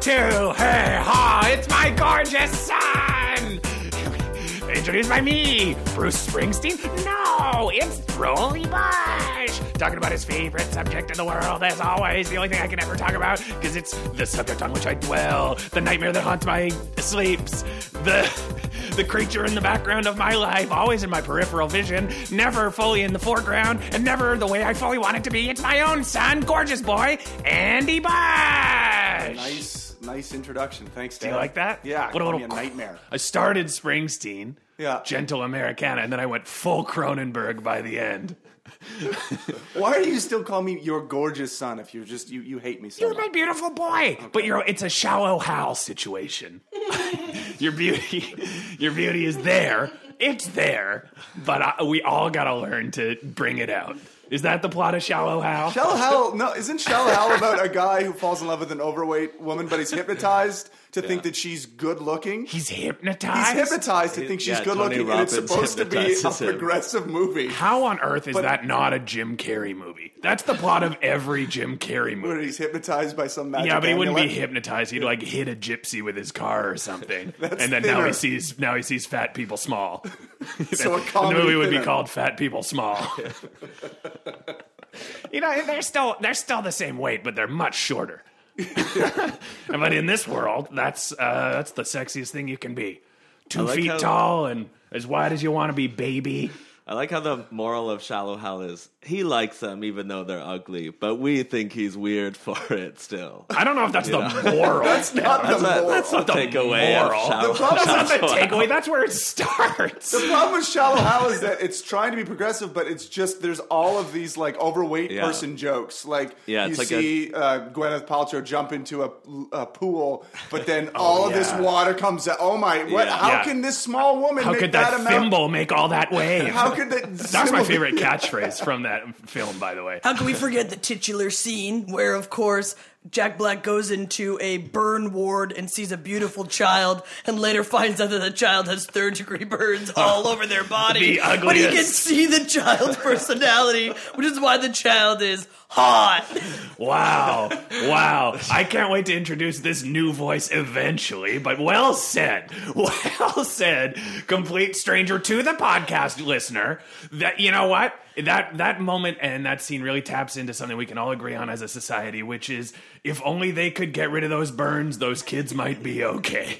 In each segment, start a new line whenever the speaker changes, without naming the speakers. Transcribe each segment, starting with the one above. to hey ha, Oh, it's my gorgeous son. Introduced by me, Bruce Springsteen. No, it's Rolly Bush. Talking about his favorite subject in the world, as always. The only thing I can ever talk about because it's the subject on which I dwell, the nightmare that haunts my sleeps, the the creature in the background of my life, always in my peripheral vision, never fully in the foreground, and never the way I fully want it to be. It's my own son, gorgeous boy, Andy Bush.
Nice, nice introduction. Thanks, Dad.
Do you like that?
Yeah.
What a
call
little
me nightmare.
I started Springsteen,
Yeah.
gentle Americana, and then I went full Cronenberg by the end.
Why do you still call me your gorgeous son if you're just you, you hate me so
You're my
much?
beautiful boy, but you're it's a shallow howl situation. your beauty, your beauty is there. It's there, but I, we all gotta learn to bring it out. Is that the plot of Shallow Hal?
Shell Hal, no, isn't Shell Hal about a guy who falls in love with an overweight woman, but he's hypnotized to think that she's good looking?
He's
He's
hypnotized.
hypnotized to think she's
yeah,
good looking,
Tony
and it's
Robbins
supposed to be a
hypnotizes him.
progressive movie.
How on earth is
But-
that not a Jim Carrey movie? That's the plot of every Jim Carrey
Where
movie.
he's hypnotized by some magic.
Yeah, but he wouldn't be
amulet.
hypnotized. He'd like hit a gypsy with his car or something,
That's
and then now
thinner.
he sees now he sees fat people small.
So a
the
comedy
movie would be
thinner.
called Fat People Small. you know, they're still they're still the same weight, but they're much shorter. but in this world, that's uh, that's the sexiest thing you can be. Two
like
feet
how-
tall and as wide as you want to be, baby.
I like how the moral of Shallow Hal is he likes them even though they're ugly, but we think he's weird for it still.
I don't know if that's the moral. that's
Not the
That-
moral.
that's the
the
takeaway of
moral.
Shallow
The problem-
Hal.
not the takeaway. That's where it starts.
The problem with Shallow Hal is that it's trying to be progressive, but it's just there's all of these like overweight
Yeah.
person jokes. Like
Yeah,
you
it's like
see uh, Gwyneth Paltrow jump into a, a pool, but then all of this
yeah.
water comes out. Oh my! What?
Oh, Yeah.
How
Yeah.
can this small woman
How
make
could that,
amount?
thimble make all that wave?
How could that?
That's my favorite catchphrase from that film, by the way.
How can we forget the titular scene where, of course, Jack Black goes into a burn ward and sees a beautiful child, and later finds out that the child has third degree burns all over their body.
Oh, The
But he can
ugliest.
see the child's personality, which is why the child is hot.
Wow. Wow. I can't wait to introduce this new voice eventually, but well said. Well said, complete stranger to the podcast listener. That you know what? That that moment and that scene really taps into something we can all agree on as a society, which is if only they could get rid of those burns, those kids might be okay.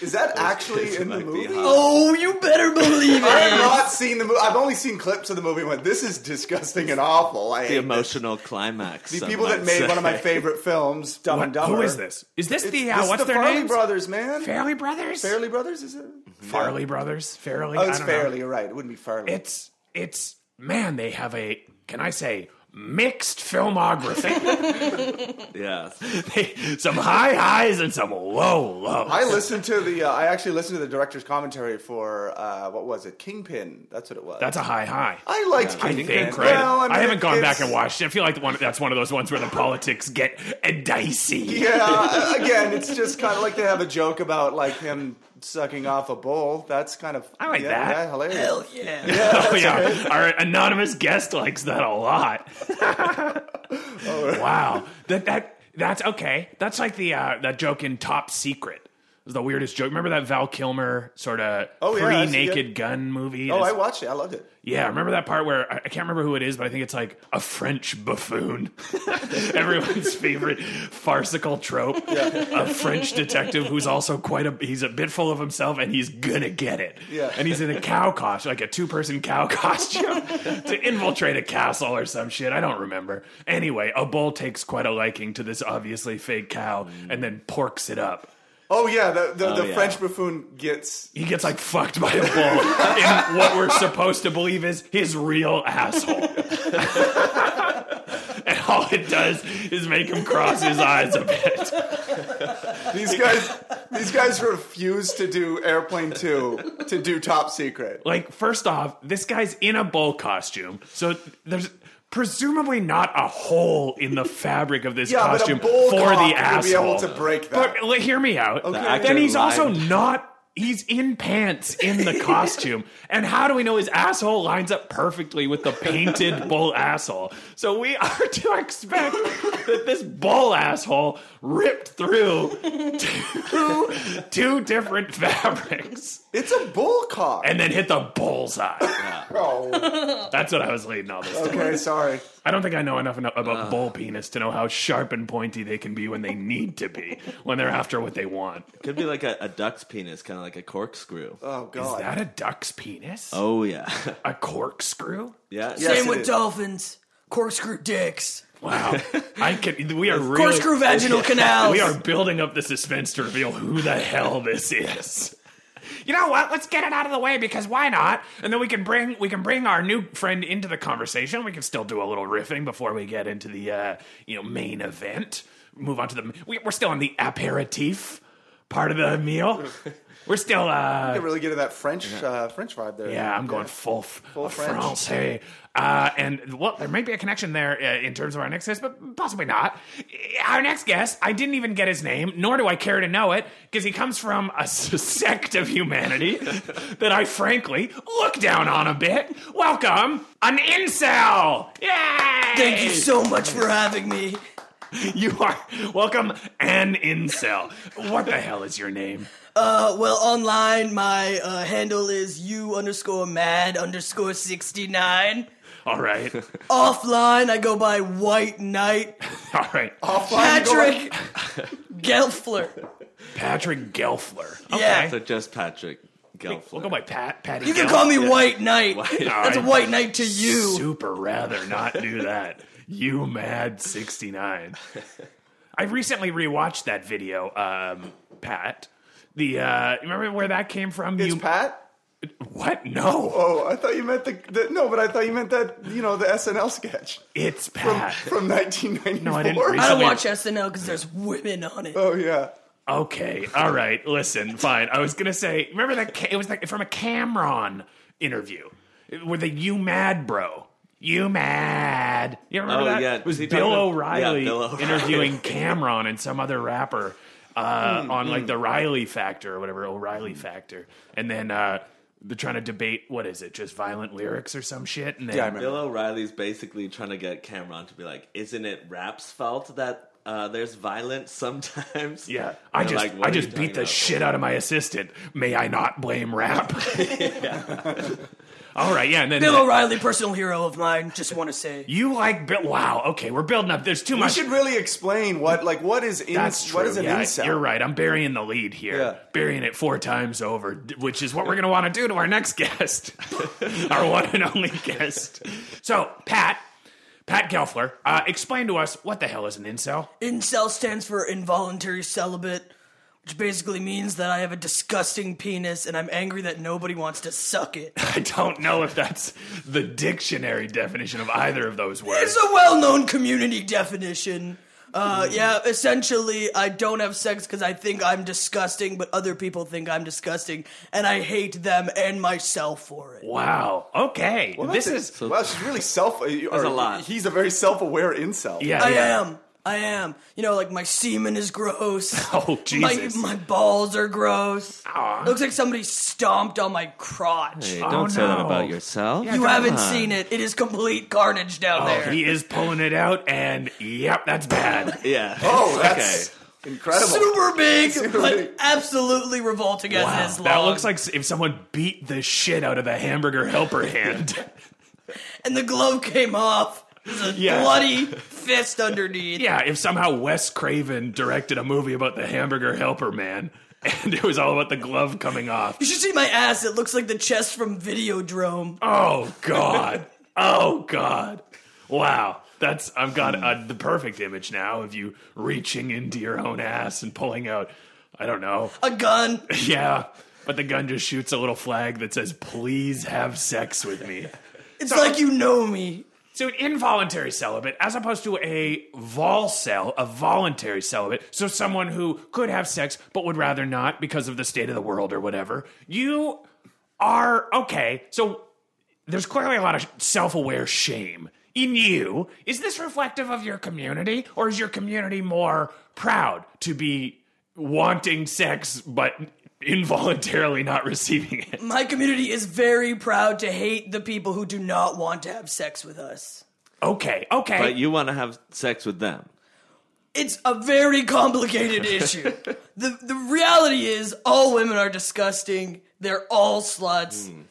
Is that actually in the
might be
movie?
hot.
Oh, you better believe
I have
it.
not seen the movie. I've only seen clips of the movie. And went, this is disgusting and awful. I
the
hate
emotional climax.
this. The
some
people that
might
made
say.
one of my favorite films, Dumb and
What-
Dumber.
who is this? Is this
It's,
the uh,
this is
what's
the
their
Farley
name?
Brothers, man.
Fairley Brothers.
Fairly Brothers, is it?
Farley Brothers. Fairley.
Oh, it's
I don't know.
Fairly. You're right. It wouldn't be Fairly.
It's it's man. They have a can I say mixed filmography.
Yes.
They- some high highs and some low lows.
I listened to the. Uh, I actually listened to the director's commentary for uh, what was it? Kingpin. That's what it was.
That's a high high.
I liked
I
Kingpin.
think right.
Well,
I,
mean,
haven't gone back
it's-
and watched. it. I feel like the one that's one of those ones where the politics get uh, dicey.
Yeah. uh, again, it's just kind of like they have a joke about like him sucking off a bull. That's kind of.
I like
yeah,
that.
Yeah, hilarious.
Hell yeah.
Oh yeah, our anonymous guest likes that a lot. wow, that that that's okay. That's like the uh, that joke in Top Secret. It was the weirdest joke. Remember that Val Kilmer sort of
Oh, yeah, I see, yeah.
pre Naked Gun movie?
Oh,
This-
I watched it. I loved it.
yeah, remember that part where I I can't remember who it is, but I think it's like a French buffoon. Everyone's favorite farcical trope. A French detective who's also quite a he's a bit full of himself and he's gonna get it.
Yeah.
And he's in a cow costume, like a two-person cow costume to infiltrate a castle or some shit. I don't remember. Anyway, a bull takes quite a liking to this obviously fake cow and then porks it up.
Oh yeah, the the, the
yeah.
French buffoon gets.
He gets like fucked by a bull in what we're supposed to believe is his real asshole. and all it does is make him cross his eyes a bit.
These guys, these guys refuse to do Airplane Two to do Top Secret.
Like, first off, this guy's in a bull costume, so there's presumably not a hole in the fabric of this
Yeah, but a
costume
bull
for
cock
the
would be
asshole.
able to break that.
But like, hear me out.
Okay.
Then he's
Actor
also
lied.
not. He's in pants in the costume. and how do we know his asshole lines up perfectly with the painted bull asshole? So we are to expect that this bull asshole ripped through two, two different fabrics
It's a bull cock.
and then hit the bullseye.
oh,
That's what I was leading all this to.
okay, sorry.
I don't think I know enough eno- about bull penis to know how sharp and pointy they can be when they need to be, when they're after what they want.
Could be like a, a duck's penis, kind of like a corkscrew.
Oh
Is
god.
that a duck's penis?
oh yeah,
A corkscrew?
yeah.
Yes,
Same
it
with
is.
dolphins. Corkscrew dicks.
Wow. I can we are really
Corkscrew vaginal canals.
We are building up the suspense to reveal who the hell this is. You know what? Let's get it out of the way because why not? And then we can bring we can bring our new friend into the conversation. We can still do a little riffing before we get into the uh, you know main event. Move on to the we, we're still on the aperitif part of the meal. We're still uh,
I really get to that French uh, French vibe there.
yeah, I'm going full, f-
French.
Francais. Uh, and well, there might be a connection there uh, in terms of our next guest, but possibly not. Our next guest, I didn't even get his name, nor do I care to know it, because he comes from a s- sect of humanity that I frankly look down on a bit. Welcome, an incel! Yay!
Thank you so much for having me.
You are welcome, an incel. What the hell is your name?
Uh, well, online, my uh, handle is you underscore mad underscore 69.
All right,
Offline, I go by White Knight
all right,
Oh.
Offline, you go like-
Patrick Gelfler.
Patrick Gelfler. Okay.
Yeah.
So just Patrick Gelfler.
We'll go by Pat. Patty
You can
Gelfler.
call me White Knight. That's a
Alright.
White Knight to you.
super rather not do that. You mad 69. I recently rewatched that video, um, Pat. The uh, remember where that came from?
It's
you
Pat.
what? No,
Oh, I thought you meant the, the no, but I thought you meant that you know the SNL sketch
it's Pat.
from 1994.
No, I didn't read
I don't
Somebody-
watch SNL because there's women on it.
Oh yeah,
okay, all right. Listen, fine. I was gonna say. Remember that ca- it was like from a Cameron interview with a you mad bro. You mad? You remember
Oh,
that?
yeah.
It was
Is he
Bill
talking to-
O'Reilly,
Yeah, Bill O'Reilly.
interviewing Cameron and some other rapper uh,
Hmm,
on like the Riley Factor or whatever O'Reilly Factor, and then uh, they're trying to debate what is it, just violent lyrics or some shit. And then,
Yeah, I remember.
Bill O'Reilly's basically trying to get Cameron to be like, "Isn't it rap's fault that uh, there's violence sometimes?"
Yeah,
And
I
they're
just
like, "What
I
are you
just
talking
beat the
about?"
shit out of my assistant. May I not blame rap? All right, yeah, and then
Bill O'Reilly, personal hero of mine, just want to say.
you like Bill? Wow, okay, we're building up. There's too
we
much.
should really explain what like what is in,
That's true.
what is an
yeah,
incel.
You're right. I'm burying the lead here.
Yeah.
Burying it four times over, d- which is what we're going to want to do to our next guest, our one and only guest. So, Pat, Pat Gelfler, uh, explain to us what the hell is an incel.
Incel stands for involuntary celibate, which basically means that I have a disgusting penis and I'm angry that nobody wants to suck it.
I don't know if that's the dictionary definition of either of those words.
It's a well known community definition. Uh, yeah, essentially, I don't have sex because I think I'm disgusting, but other people think I'm disgusting, and I hate them and myself for it.
Wow. Okay.
Well,
this
that's
is.
it. wow. She's really self. There's
a lot.
He's a very self-aware incel.
Yeah.
I
yeah.
am. I am. You know, like my semen is gross.
Oh, Jesus.
My, my balls are gross.
Aw.
Looks like somebody stomped on my crotch.
Hey,
Oh,
don't say that
no.
about yourself.
You
Come
haven't
on.
seen it. It is complete carnage down
Oh,
there.
he is pulling it out, and yep, that's bad.
Yeah.
Oh, that's incredible.
Super big,
Super
but
big.
absolutely revolting
Wow.
as it is long.
That looks like if someone beat the shit out of the hamburger helper hand.
And the glove came off. There's a
Yeah.
bloody fist underneath.
yeah, if somehow Wes Craven directed a movie about the hamburger helper man, and it was all about the glove coming off.
You should see my ass. It looks like the chest from Videodrome.
Oh God. Oh God. Wow. That's I've got uh, the perfect image now of you reaching into your own ass and pulling out. I don't know.
A gun.
Yeah, but the gun just shoots a little flag that says, "Please have sex with me."
It's like you know me.
So an involuntary celibate, as opposed to a vol cell, a voluntary celibate. So someone who could have sex but would rather not because of the state of the world or whatever. You are okay. So there's clearly a lot of self-aware shame in you. Is this reflective of your community, or is your community more proud to be wanting sex but involuntarily not receiving it.
My community is very proud to hate the people who do not want to have sex with us.
Okay, okay.
But you want to have sex with them.
It's a very complicated issue. the the reality is all women are disgusting. They're all sluts.
Hmm.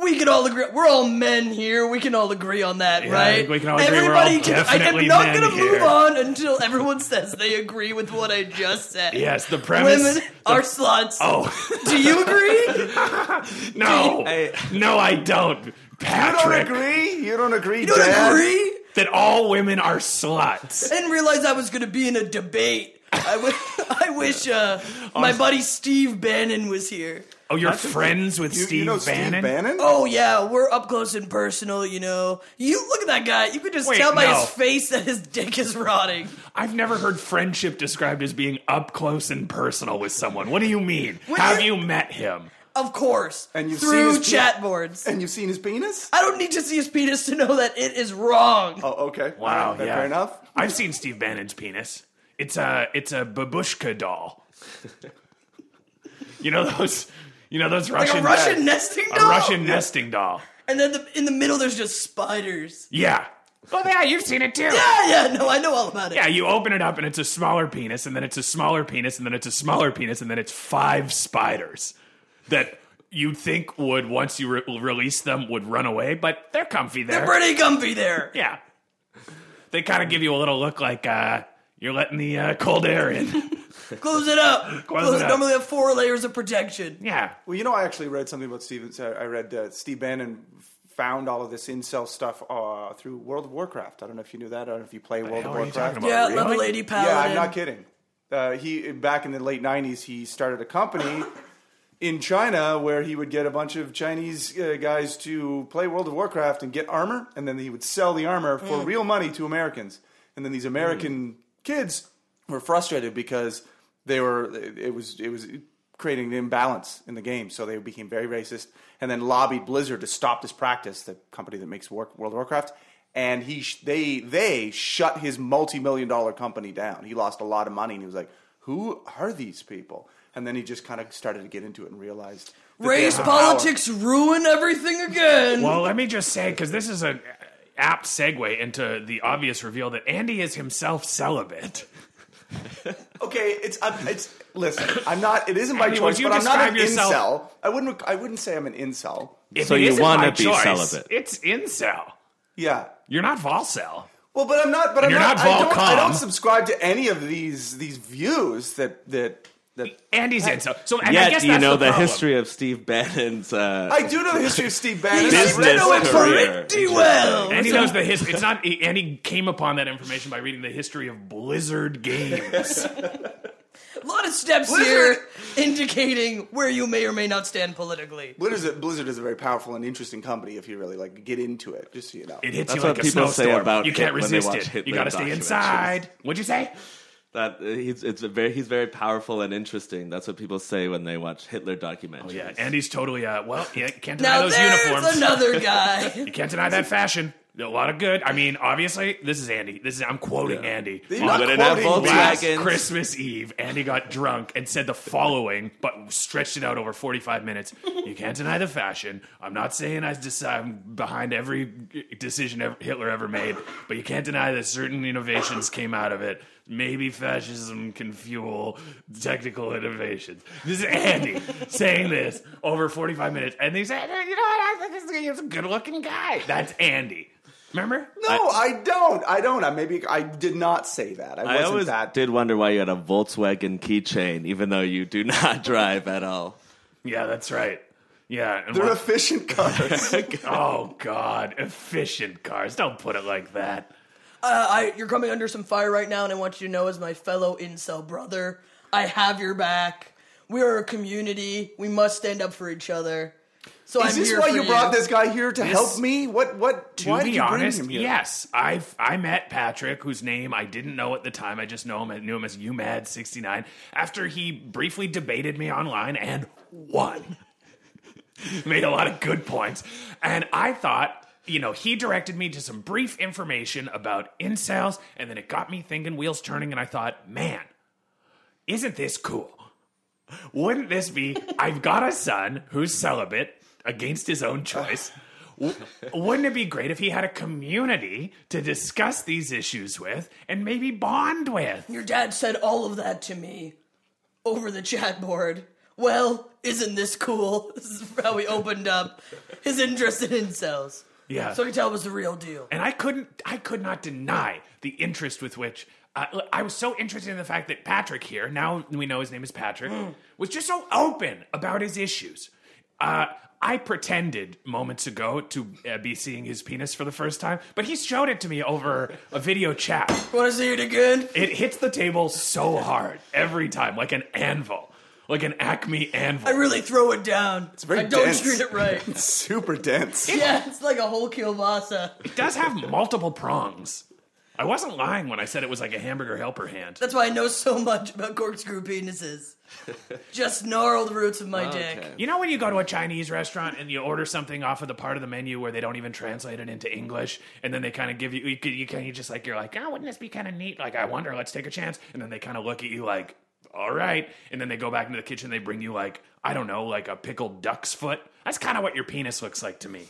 We can all agree. We're all men here. We can all agree on that,
I
right?
think we can all agree we're all
I
definitely
am not
men
gonna
here.
move on until everyone says they agree with what I just said.
yes, the premise.
women are sluts.
oh
Do you agree?
no,
Hey.
no, I don't,
You don't
Patrick.
agree? You don't agree,
You don't
Dad?
agree?
That all women are sluts.
I didn't realize I was going to be in a debate. I wi- I wish uh, my buddy Steve Bannon was here.
Oh, you're friends with
You,
Steve,
you know Steve Bannon?
Oh yeah, we're up close and personal, you know. You look at that guy. You can just
Wait,
tell by
no.
his face that his dick is rotting.
I've never heard friendship described as being up close and personal with someone. What do you mean?
When
Have
you-
you met him?
Of course,
And you've
through
seen his pe-
chat boards.
And you've seen his penis?
I don't need to see his penis to know that it is wrong.
Oh, okay.
Wow,
Fair-
yeah.
Fair enough.
I've seen Steve Bannon's penis. It's a it's a babushka doll. you know those you know those
like
Russian
a Russian nesting
a
doll.
Russian nesting doll.
And then the, in the middle, there's just spiders.
Yeah. Oh yeah, you've seen it too.
Yeah, yeah. No, I know all about it.
Yeah, you open it up and it's a smaller penis, and then it's a smaller penis, and then it's a smaller penis, and then it's five spiders that you think would once you re- release them would run away, but they're comfy there.
They're pretty comfy there.
Yeah. They kind of give you a little look like uh, you're letting the uh, cold air in.
Close it up.
Close it up.
Normally, have four layers of protection.
yeah.
Well, you know, I actually read something about Steven. so I read uh, Steve Bannon found all of this incel stuff uh, through World of Warcraft. I don't know if you knew that. I don't know if you play World
hell
of
are you
Warcraft.
talking
Yeah,
Really?
love a lady paladin.
Yeah, I'm not kidding. Uh, he back in the late '90s, he started a company in China where he would get a bunch of Chinese uh, guys to play World of Warcraft and get armor, and then he would sell the armor for real money to Americans. And then these American kids were frustrated because they were it was it was creating an imbalance in the game, so they became very racist. And then lobbied Blizzard to stop this practice, the company that makes War- World of Warcraft. And he sh- they they shut his multi million dollar company down. He lost a lot of money, and he was like, "Who are these people?" And then he just kind of started to get into it and realized that they
Race
have
politics ruin everything again.
Well, let me just say, because this is an apt segue into the obvious reveal that Andy is himself celibate.
power. Okay, it's I'm, it's listen. I'm not. It isn't my
Andy, would
choice,
you
but I'm not
describe
an
yourself-
incel. I wouldn't. I wouldn't say I'm an incel.
If
So
it
you
isn't
wanna
my
be
choice,
celibate.
It's incel.
Yeah,
You're not Volcel.
Well, but I'm not. But I'm
you're
not.
not
I, don't, I
Volcom.
don't subscribe to any of these these views that that that.
Andy's incel. So and I
Yet
guess
you
that's
know the,
problem.
history of Steve Bannon's. Uh,
I do know the history of Steve
You
Bannon.
seem
I've
to
read
business
know it
all-
career.
pretty well.
And he knows the history. It's not. And he came upon that information by reading the history of Blizzard games.
A lot of steps
Blizzard.
here indicating where you may or may not stand politically.
Blizzard, Blizzard is a very powerful and interesting company if you really like get into it. Just so you know,
It hits
That's
you like
what
a
people say
snowstorm.
about
you can't
Hit- when they
resist
watch
it. you
Hitler
gotta stay
documentaries.
inside. What'd you say?
that uh, he's it's a very he's very powerful and interesting. That's what people say when they watch Hitler documentaries.
Oh,
Yeah, Andy's totally. Uh, well, yeah, can't deny
Now
those
there's
uniforms.
another guy.
You can't deny that fashion. A lot of good. I mean, obviously, this is Andy. This is I'm quoting Andy.
They're
On
not
But it had
quoting me.
Last
Dragons.
Christmas Eve, Andy got drunk and said the following, but stretched it out over 45 minutes. You can't deny the fashion. I'm not saying I decide, I'm behind every decision ever, Hitler ever made, but you can't deny that certain innovations came out of it. Maybe fascism can fuel technical innovations. This is Andy saying this over 45 minutes, and he said, "You know what? I think this guy is a good-looking guy." That's Andy. Remember?
No, I, don't. I don't. I maybe I did not say that. I
I
wasn't
always
that.
did wonder why you had a Volkswagen keychain, even though you do not drive at all.
Yeah, that's right. Yeah, and
They're
what-
efficient cars.
Oh God, efficient cars. Don't put it like that.
Uh, I, you're coming under some fire right now, and I want you to know, as my fellow incel brother, I have your back. We are a community. We must stand up for each other. So
is
I'm
this
here
why
for
you brought this guy here to help me? What? What?
To
why
be
did you
honest,
bring him here?
yes, I've I met Patrick, whose name I didn't know at the time. I just know him. I knew him as UMad69. After he briefly debated me online and won, made a lot of good points, and I thought. You know, he directed me to some brief information about incels, and then it got me thinking, wheels turning, and I thought, man, isn't this cool? Wouldn't this be? I've got a son who's celibate against his own choice. W- Wouldn't it be great if he had a community to discuss these issues with and maybe bond with?
Your dad said all of that to me over the chat board. Well, isn't this cool? This is how we opened up his interest in incels.
Yeah.
So I could tell it was the real deal.
and I couldn't, I could not deny the interest with which uh, look, I was so interested in the fact that Patrick here, now we know his name is Patrick, was just so open about his issues. Uh, I pretended moments ago to uh, be seeing his penis for the first time, but he showed it to me over a video chat.
Want to see it again?
It hits the table so hard every time, like an anvil, like an Acme anvil.
I really throw it down. It's
very
I don't
dense.
treat it right.
It's super dense.
yeah, it's like a whole kielbasa.
it does have multiple prongs. I wasn't lying when I said it was like a hamburger helper hand.
That's why I know so much about corkscrew penises. Just gnarled roots of my dick.
Okay.
You know when you go to a Chinese restaurant and you order something off of the part of the menu where they don't even translate it into English, and then they kind of give you you, could- you kind of just like you're like, oh, wouldn't this be kind of neat? Like I wonder, let's take a chance, and then they kind of look at you like, all right, and then they go back into the kitchen, they bring you like I don't know, like a pickled duck's foot. That's kind of what your penis looks like to me.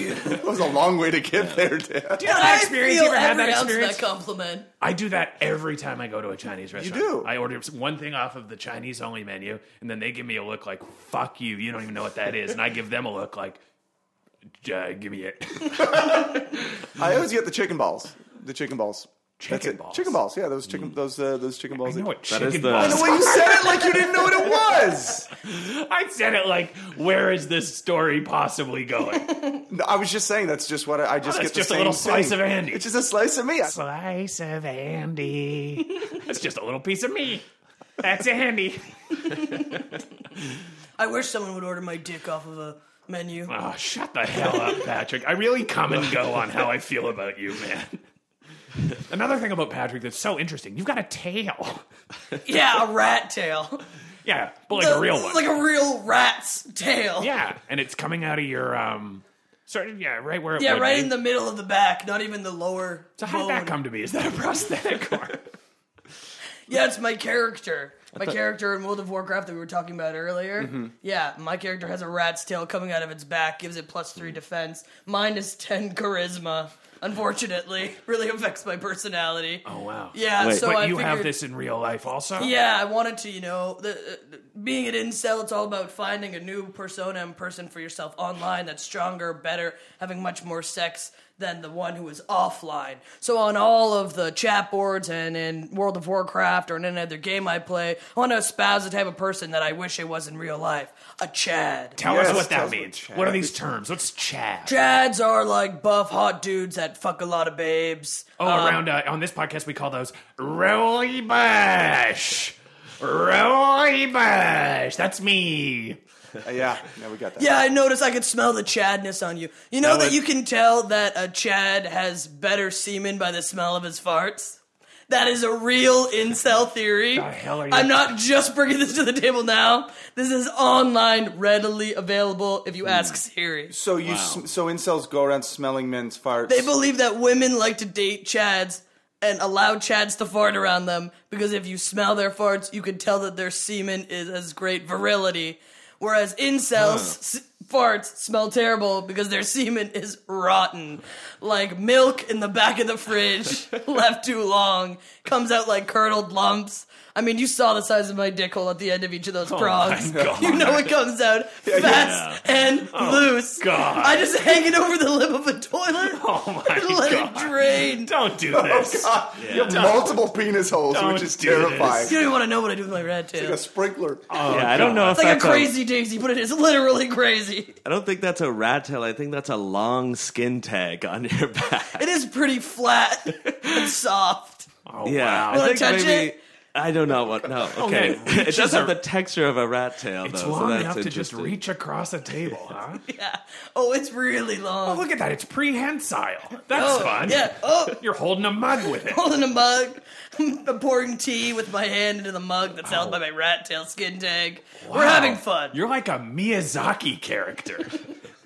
you.
That was a long way to get there, Dad.
Do you have that experience? You
I feel
ever had
every
that
ounce of
experience?
that compliment.
I do that every time I go to a Chinese restaurant.
do?
I order one thing off of the Chinese only menu, and then they give me a look like "fuck you," you don't even know what that is, and I give them a look like, "Uh, "Give me it."
I always get the chicken balls. The chicken balls. That's
Chicken
it.
balls.
Chicken balls. Yeah, those chicken those uh, those chicken balls.
You know what
That
chicken
is the-
balls
The way you said it like you didn't know what it was.
I said it like, where is this story possibly going?
No, I was just saying that's just what I, I just
Oh, that's
get. the
just a
same
little slice
thing.
of Andy.
It's just a slice of me. I-
Slice of Andy. That's just a little piece of me. That's Andy.
I wish someone would order my dick off of a menu.
Oh, shut the hell up, Patrick. I really come and go on how I feel about you, man. Another thing about Patrick that's so interesting, you've got a tail.
Yeah, a rat tail.
Yeah, but like
The-
a real one.
Like a real rat's tail.
yeah, and it's coming out of your, um, sort of, yeah, right where it
Yeah,
would
right
be.
in the middle of the back, not even the lower.
So how did
bone.
that come to be? Is that a prosthetic or?
Yeah, it's my character. My character in World of Warcraft that we were talking about earlier.
Mm-hmm.
Yeah, my character has a rat's tail coming out of its back, gives it plus
Mm.
three defense, minus ten charisma. Unfortunately, really affects my personality.
Oh, wow.
Yeah,
Wait.
so
but
I
you have
figured-
this in real life also?
Yeah, I wanted to, you know, the, uh, being an incel, it's all about finding a new persona and person for yourself online that's stronger, better, having much more sex than the one who is offline. So on all of the chat boards and in World of Warcraft or in any other game I play, I want to espouse the type of person that I wish I was in real life, a Chad.
Tell
Yes,
us what
tell
that
us what
means.
Chad
What, are these terms? What's Chad?
Chads are like buff, hot dudes that fuck a lot of babes.
oh, around uh, on this podcast we call those Rolly Bush. Rolly Bush. That's me.
Uh, yeah, now we got that.
Yeah, I noticed I could smell the Chadness on you. You know that,
would-
you can tell that a Chad has better semen by the smell of his farts? That is a real incel theory.
The hell are you-
I'm not just bringing this to the table now. This is online, readily available if you ask Siri.
So you sm- so incels go around smelling men's farts.
They believe that women like to date Chads and allow Chads to fart around them because if you smell their farts, you can tell that their semen is has great virility. Whereas incels s- farts smell terrible because their semen is rotten, like milk in the back of the fridge left too long, comes out like curdled lumps. I mean, you saw the size of my dick hole at the end of each of those prongs.
Oh my God. Oh,
You know it comes out fast and loose.
God.
I just hang it over the lip of a toilet.
Oh my
and
god.
let it Oh, drain.
Don't do this.
Ah, you have multiple penis holes,
Don't
which is
do this.
terrifying.
You don't even want to know what I do with my rat tail.
A sprinkler.
Oh,
yeah, I don't know if
it's like a
that's
crazy daisy, but it is literally crazy.
I don't think that's a rat tail. I think that's a long skin tag on your back.
It is pretty flat and soft.
Oh,
Yeah,
wow. Oh,
Wanna
I think
touch
maybe.
it?
I don't know what. No, okay.
man,
it
reaches
does have
are-
the texture of a rat tail,
It's
though. so
long
that's
enough to just
interesting.
reach across a table, huh?
Yeah. Oh, it's really long.
oh, look at that. It's prehensile. That's
Oh,
fun.
Yeah. Oh,
You're holding a mug with it.
holding a mug. I'm pouring tea with my hand into the mug that's held by my rat tail skin tag. We're
Wow.
having fun.
You're like a Miyazaki character.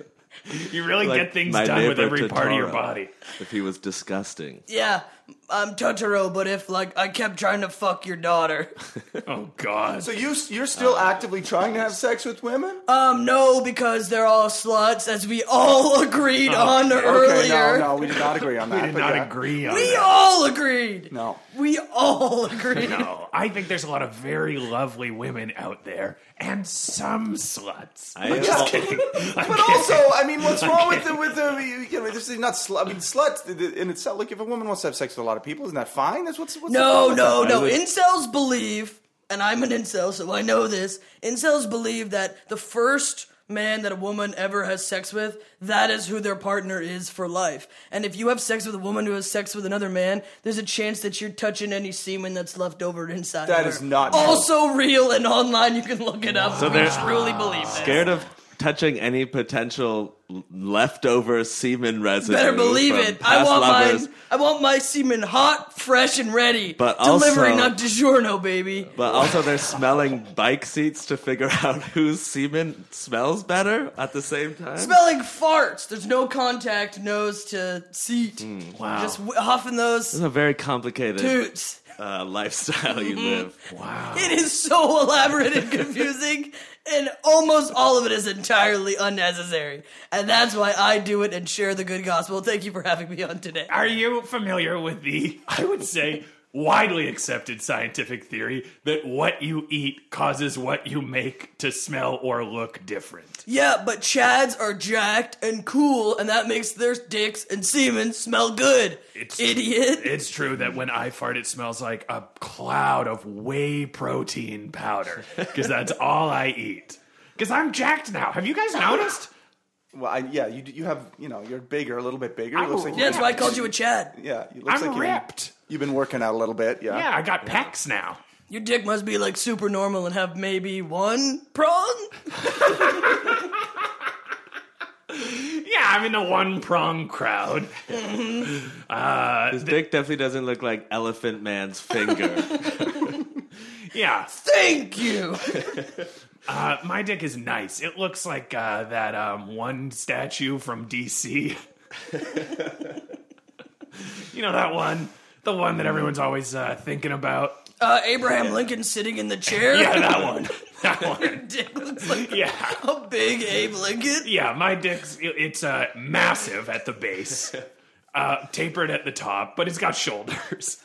you really
Like
get things
my
done with
neighbor
every part of your
Totoro.
body.
If he was disgusting,
yeah. I'm Totoro, but if like I kept trying to fuck your daughter.
Oh God.
So you you're still
Uh,
actively trying to have sex with women?
Um, no, because they're all sluts, as we all
Oh,
agreed on
okay,
earlier.
no, no, we did not agree on that.
I did
but
not
yeah.
agree on
We
that.
all agreed.
No.
We all agreed.
No, I think there's a lot of very lovely women out there, and some sluts.
I-
I'm just kidding. I'm
But
kidding.
also, I mean, what's wrong with the with the you you know, this is not slut. I mean, slut in itself. Like, if a woman wants to have sex with a lot of people, isn't that fine? That's what's, what's the
No,
problem?
no, no.
would-
Incels believe, and I'm an incel, so I know this. Incels believe that the first man that a woman ever has sex with, that is who their partner is for life. And if you have sex with a woman who has sex with another man, there's a chance that you're touching any semen that's left over inside.
That
of her.
is not true.
also real and online. You can look it up. So we
they're-
truly believe this.
Scared of touching any potential l- leftover semen residue.
Better believe
from
it. I
past
want
lovers.
mine. I want my semen hot, fresh, and ready.
But
delivery,
also-
not DiGiorno, baby.
But also, they're smelling bike seats to figure out whose semen smells better at the same time.
Smelling farts. There's no contact, nose to seat.
Hmm,
wow.
Just w- huffing those
it's a very complicated
toots.
uh, lifestyle you
Mm-hmm.
live.
wow.
It is so elaborate and confusing, and almost all of it is entirely unnecessary. And that's why I do it and share the good gospel. Thank you for having me on today.
Are you familiar with the, I would say, widely accepted scientific theory that what you eat causes what you make to smell or look different?
Yeah, but Chads are jacked and cool, and that makes their dicks and semen smell good. Idiot.
It's true that when I fart, it smells like a cloud of whey protein powder because that's all I eat. Because I'm jacked now. Have you guys noticed?
Well, I, yeah, you you have you know, you're bigger, a little bit bigger.
I'm
looks like
yeah, that's why I called you a Chad.
yeah, it looks
I'm
like you're-
ripped.
You've been working out a little bit, yeah.
Yeah, I got pecs now.
Your dick must be like super normal and have maybe one prong.
Yeah, I'm in the one prong crowd.
His dick definitely doesn't look like Elephant Man's finger.
Yeah,
Thank you.
uh, my dick is nice. It looks like uh, that um, one statue from DC. you know that one? The one that everyone's always uh, thinking about?
Uh, Abraham Lincoln sitting in the chair.
Yeah, that one. That one.
Dick looks like
Yeah.
a big Abe Lincoln.
Yeah, my dick's it- it's uh, massive at the base, uh, tapered at the top, but it's got shoulders,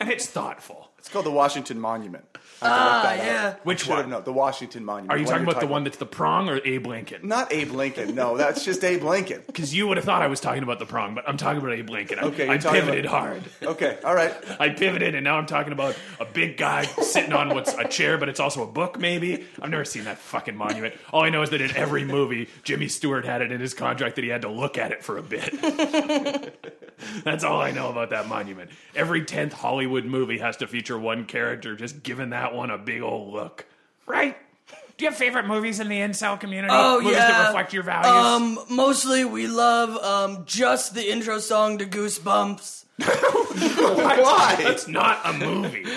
and it's thoughtful.
It's called the Washington Monument.
Ah, yeah.
Which
Should have
one?
known the Washington Monument.
Are you
What
talking about the
you're
one that's the prong or Abe Lincoln?
Not Abe Lincoln. No, that's just Abe Lincoln.
Because you would have thought I was talking about the prong, but I'm talking about Abe Lincoln. I,
Okay, you're
I
talking
pivoted
about-
hard.
Okay, all right.
I pivoted, and now I'm talking about a big guy sitting on what's a chair, but it's also a book, maybe. I've never seen that fucking monument. All I know is that in every movie, Jimmy Stewart had it in his contract that he had to look at it for a bit. That's all I know about that monument. Every 10th Hollywood movie has to feature one character just giving that one a big old look. Right? Do you have favorite movies in the incel community?
Oh,
movies
yeah.
that reflect your values?
Um, mostly we love um just the intro song to Goosebumps.
Why?
That's not a movie.
It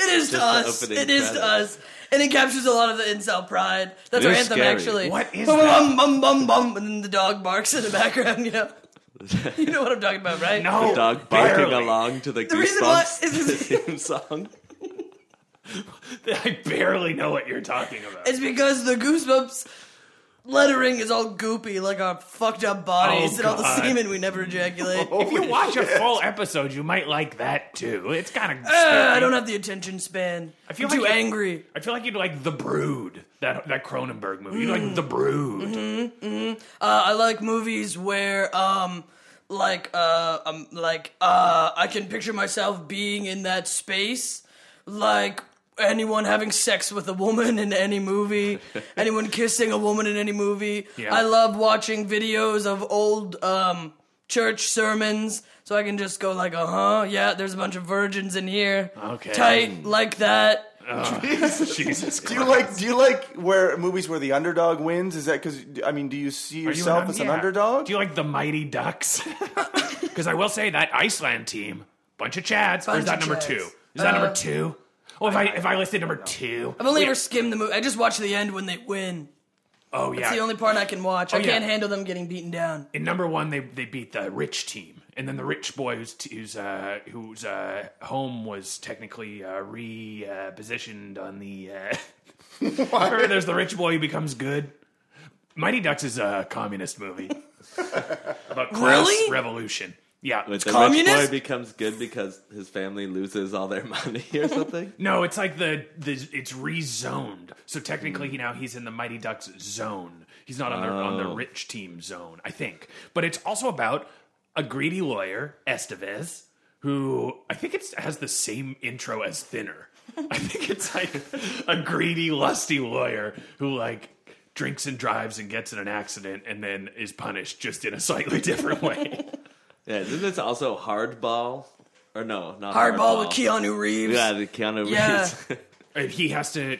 is
Just
to
the
us.
opening
It is to
credits.
us. And it captures a lot of the incel pride. That's
They're
our anthem,
scary.
actually.
What is
bum,
that?
Bum, bum, bum, bum, and then the dog barks in the background, you know? You know what I'm talking about, right?
No.
Dog barking
barely.
along to the,
The reason why is-
Goosebumps theme song.
I barely know what you're talking about.
It's because the Goosebumps lettering is all goopy, like our fucked up bodies
Oh,
and all the
God. Oh,
semen we never ejaculate.
If you watch a full episode, you might like that too. It's kind of.
Uh, I don't have the attention span. I
feel
am too
like you-
angry.
I feel like you'd like The Brood, that that Cronenberg movie. You'd like The Brood.
Uh, I like movies where, um, like, uh, um, like, uh, I can picture myself being in that space, like anyone having sex with a woman in any movie, anyone kissing a woman in any movie.
Yeah.
I love watching videos of old, um, church sermons. So I can just go like, uh huh, yeah. There's a bunch of virgins in here,
Okay.
tight like that.
Jesus Christ.
Do you like do you like where movies where the underdog wins? Is that because I mean, do you see
Are you
yourself as an
yeah.
underdog?
Do you like The Mighty Ducks? Because I will say that Iceland team, bunch of chads. or
Bunch
is that
of
number
chads.
two? Is that number two? Oh, if I if I listed number two,
I've only
Wait,
ever skimmed the movie. I just watch the end when they win.
oh yeah. Oh,
It's the only part I can watch. I
yeah.
can't handle them getting beaten down.
In number one, they they beat the rich team, and then the rich boy whose whose uh, whose uh, home was technically uh, repositioned on the. Uh, Remember, there's the rich boy who becomes good. Mighty Ducks is a communist movie about class
Really?
revolution. Yeah,
But the
communist?
rich boy becomes good because his family loses all their money or something.
No, it's like the, the it's rezoned. So technically, now he's in the Mighty Ducks zone. He's not on the on the rich team zone, I think. But it's also about a greedy lawyer Estevez, who I think it has the same intro as Thinner. I think it's like a greedy, lusty lawyer who like drinks and drives and gets in an accident and then is punished just in a slightly different way.
yeah, isn't this also hardball? Or no, not
Hardball with Keanu Reeves.
Yeah, the Keanu
Yeah.
Reeves.
and he has to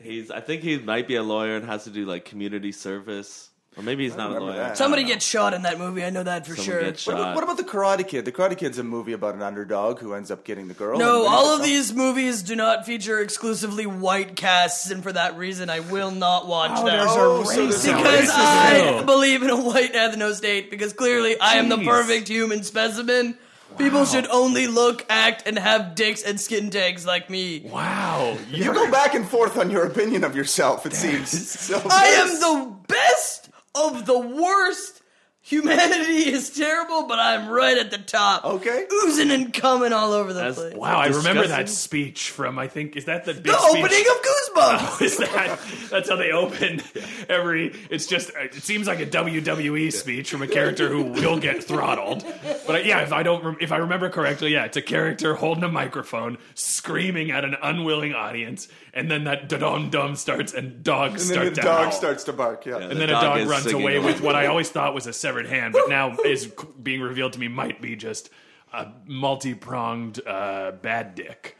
he's. I think he might be a lawyer and has to do like community service, or maybe he's not a
remember
lawyer.
that.
Somebody gets shot in that movie. I know that for
Someone
sure.
gets
What about,
shot.
what about the Karate Kid? The Karate Kid's a movie about an underdog who ends up getting the girl.
No,
and-
all of these movies do not feature exclusively white casts, and for that reason, I will not watch them.
Oh, there's a race Racist,
because
uh,
I believe in a white ethno state, because clearly I am the
Jeez.
perfect human specimen. People should only look, act, and have dicks and skin tags like me.
wow.
You go back and forth on your opinion of yourself. It seems. So
I am the best of the worst. Humanity is terrible, but I'm right at the top.
Okay.
Oozing and coming all over the
That's-
place.
Wow, I remember that
Disgusting.
speech from I think is that the big
The
speech?
opening of Goosebumps!
is that that's how they open every it's just it seems like a wwe speech from a character who will get throttled but I, yeah if i don't rem- if i remember correctly yeah it's a character holding a microphone screaming at an unwilling audience and then that dum dum starts and dogs
And
start
then the
to
dog
howl.
starts to bark. Yeah.
and
The
then a
dog
dog
is
runs
singing
away
along.
with what i always thought was a severed hand but now is c- being revealed to me might be just a multi-pronged uh, bad dick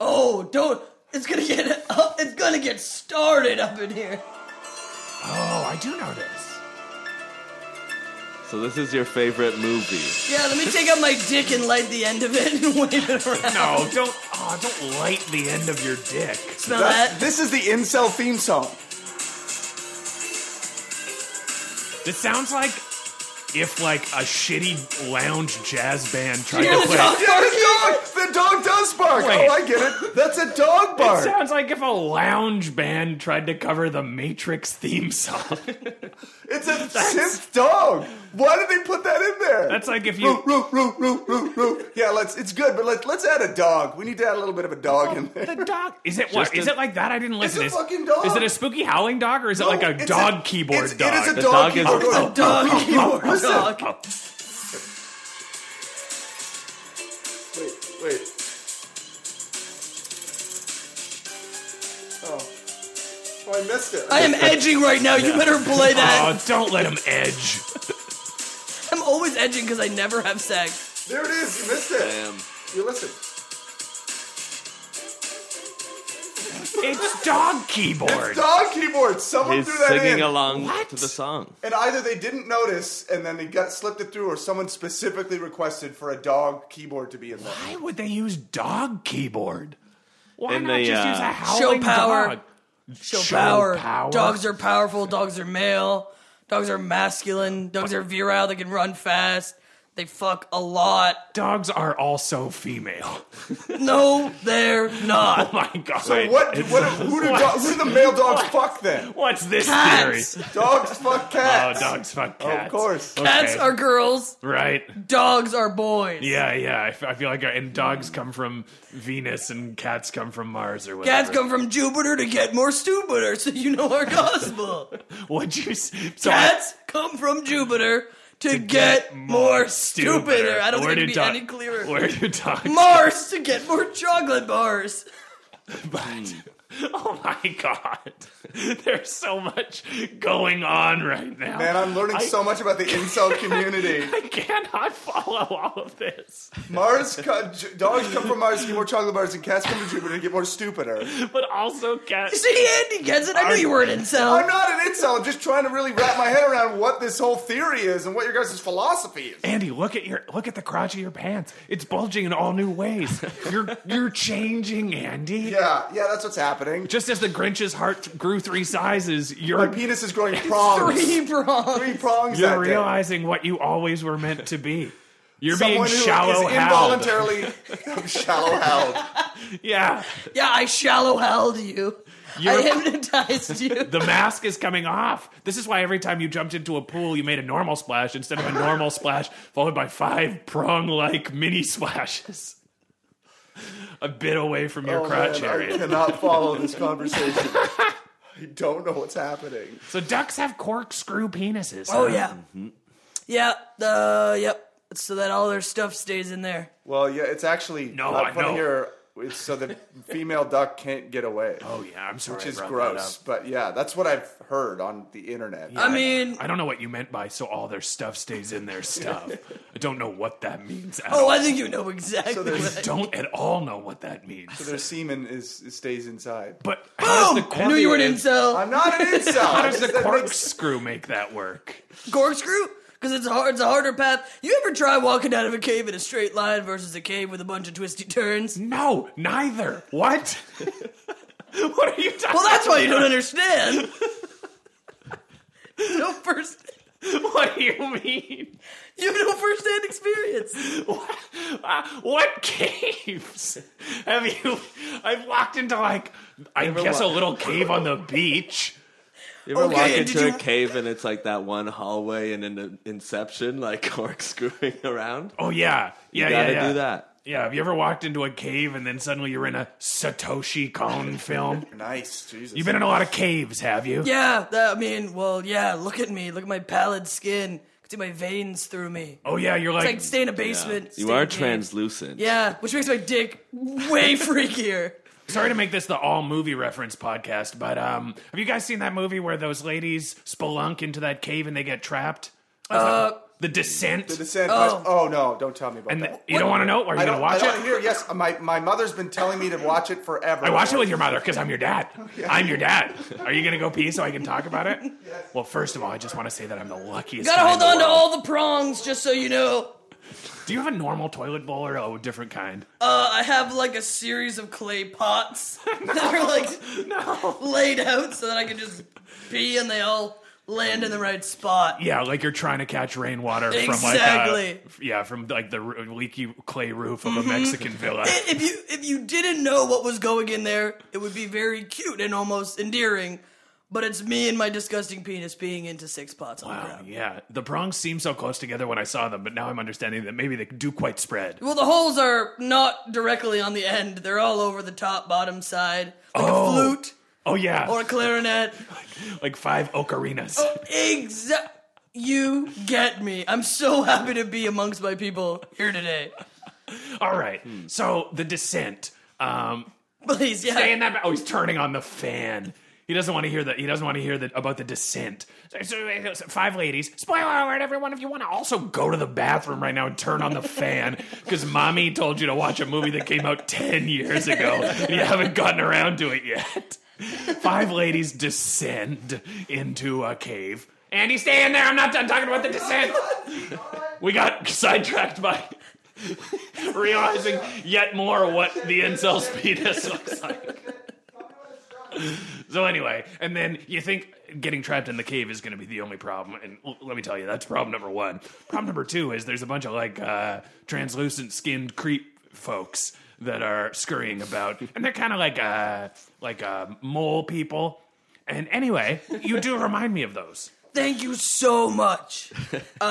Oh, don't! It's gonna get up. It's gonna get started up in here.
oh i do know this
So this is your favorite movie.
Yeah, let me take out my dick and light the end of it and wave it around.
No, don't. Oh, don't light the end of your dick.
Smell
That's-
that?
this is the incel theme song.
This sounds like if like a shitty lounge jazz band tried
Hear
to
the
play.
dog
Yeah, the, dog, the dog does bark.
Wait.
Oh, I get it. That's a dog
It
bark.
sounds like if a lounge band tried to cover the Matrix theme song.
it's a synth dog. Why did they put that in there?
That's like if
Roo,
you.
roo, roo, roo, roo, roo. Yeah, let's. It's good, but let's let's add a dog. We need to add a little bit of a dog in there.
The dog is it? What
Just
is
a-
it like that? I didn't listen.
a
Is-
fucking dog.
Is it a spooky howling dog or is it like
No,
a
it's
dog keyboard
it's-
dog?
It is a
The
dog,
dog is-
keyboard.
It's a
dog.
dog.
keyboard. Listen.
Dog.
Oh,
Wait, wait. Oh. Oh, I missed it.
I am edging right now. You better play that.
oh, don't let him edge.
I'm always edging because I never have sex.
There it is. You missed it.
Damn.
You listen.
It's dog keyboard.
It's dog keyboard. Someone
He's
threw that
singing
in.
along
What?
to the song.
And either they didn't notice and then they got slipped it through, or someone specifically requested for a dog keyboard to be in there.
Why would they use dog keyboard? Why
And
not
they,
just
uh,
use a
Show
howling
power.
dog?
Show,
Show
power.
power.
Dogs are powerful. Dogs are male. Dogs are masculine. Dogs are virile. They can run fast. They fuck a lot.
Dogs are also female.
No, they're
Oh
not.
my god.
So what?
It's-
What? Who do, dog, who do the male dogs fuck then?
What's this
Cats.
theory?
Dogs fuck
Oh,
cats.
dogs fuck cats.
Of course.
Cats
Okay.
are girls.
Right.
Dogs are boys.
Yeah, yeah. I, f- I feel like, I, and dogs come from Venus, and cats come from Mars, or whatever.
Cats come from Jupiter to get more stupider, so you know our gospel.
What you? s- So I-
Cats come from Jupiter to, get,
get
more stupider. I don't
Where
think
do
it'd be
dog-
any clearer.
Where do dogs?
Mars to get more chocolate bars.
But, oh my god, there's so much going on right now.
Man, I'm learning
I-
so much about the incel community.
I cannot follow all of this.
Mars, co- j- dogs come from Mars to get more chocolate bars, and cats come from Jupiter to get more stupider.
But also, cats.
See, Andy gets it. I knew you were an
I'm
incel.
not an incel. I'm just trying to really wrap my head around what this whole theory is and what your guys' philosophy is.
Andy, look at your look at the crotch of your pants. It's bulging in all new ways. You're you're changing, Andy.
Yeah, yeah, that's what's happening.
Just as the Grinch's heart grew three sizes,
My
you're
penis is growing prongs.
Three prongs.
Three prongs
you're
that day.
realizing what you always were meant to be. You're being
Someone who is
shallow held.
involuntarily shallow held.
Yeah.
Yeah, I shallow held you. I
You're-
hypnotized you.
The mask is coming off. This is why every time you jumped into a pool, you made a normal splash instead of a normal splash, followed by five prong like mini splashes. A bit away from your
Oh,
crotch
man, I
area.
cannot follow this conversation. I don't know what's happening.
So ducks have corkscrew penises.
Oh
huh?
yeah,
Mm-hmm.
yeah. Uh, yep. So that all their stuff stays in there.
Well, yeah, it's actually
No,
not
I
put
know.
here. It's so the female duck can't get away,
Oh yeah, I'm sorry.
which
I
is
brought
gross.
that up.
But yeah, that's what I've heard on the internet.
I mean,
I don't know what you meant by so all their stuff stays in their stuff. I don't know what that means at
oh,
all.
I think you know exactly.
So there's-
what I-
don't at all know what that means.
Their semen is it stays inside.
But how does the
Boom! Knew you were an
corkscrew-
incel.
I'm not an incel.
How does the
That makes-
corkscrew make that work?
corkscrew because it's a hard, it's a harder path. You ever try walking out of a cave in a straight line versus a cave with a bunch of twisty turns?
No, neither. What? what are you talking?
Well, that's why you don't understand. no first,
about? What do you mean?
you have no first-hand experience.
What, uh, what caves have you? I've walked into like I guess
wa-
a little cave on the beach.
You ever
Okay,
walk
and
into
did
a
you-
cave and it's like that one hallway and an inception, like corkscrewing around?
Oh yeah, yeah,
you
yeah,
gotta
yeah.
do that.
Yeah, have you ever walked into a cave and then suddenly you're in a Satoshi Kon film?
nice. Jesus.
You've been in a lot of caves, have you?
Yeah, that, I mean, well, yeah. Look at me. Look at my pallid skin. You can See my veins through me.
Oh yeah, you're
It's
like,
like stay in a
Yeah.
basement.
You
stay
are
in a cave.
translucent.
Yeah, which makes my dick way freakier.
sorry to make this the all movie reference podcast, but um, have you guys seen that movie where those ladies spelunk into that cave and they get trapped?
Uh,
The Descent.
the descent.
Oh.
Oh. oh no! Don't tell me about
and
that.
the- you don't want to know? Are you going
I
to
don't.
watch
I don't
it?
hear. Yes, my my mother's been telling me to watch it forever.
I watch it with your mother because I'm your dad. I'm your dad. Are you going to go pee so I can talk about it? Well, first of all, I just want to say that I'm the luckiest.
gotta
guy in
hold
the
on to
world.
all the prongs, just so you know.
Do you have a normal toilet bowl or a different kind?
Uh, I have like a series of clay pots that are like
No.
laid out so that I can just pee and they all land in the right spot.
Yeah, like you're trying to catch rainwater
Exactly. Mm-hmm.
from like a, yeah, from like the r- leaky clay roof of a Mexican villa.
If you if you didn't know what was going in there, it would be very cute and almost endearing. But it's me and my disgusting penis peeing into six pots on the
Wow,
ground.
Oh, yeah, the prongs seem so close together when I saw them, but now I'm understanding that maybe they do quite spread.
Well, the holes are not directly on the end; they're all over the top, bottom side, like
Oh.
a flute
Oh yeah,
or a clarinet.
like five ocarinas.
Exact. You get me. I'm so happy to be amongst my people here today.
All right, so the descent. Um,
Please, yeah.
Stay in that. ba- Oh, he's turning on the fan. He doesn't want to hear that. He doesn't want to hear that about the descent. So, so- so five ladies. Spoiler alert, everyone! If you want to also go to the bathroom right now and turn on the fan, because mommy told you to watch a movie that came out ten years ago and you haven't gotten around to it yet. Five ladies descend into a cave. Andy, stay in there. I'm not done talking about the descent. We got sidetracked by realizing yet more what the incel's penis looks like. So anyway, and then you think getting trapped in the cave is going to be the only problem, and l- let me tell you, that's problem number one. Problem number two is there's a bunch of like uh, translucent skinned creep folks that are scurrying about, and they're kind of like uh, like uh, mole people. And anyway, you do remind me of those.
Thank you so much. um,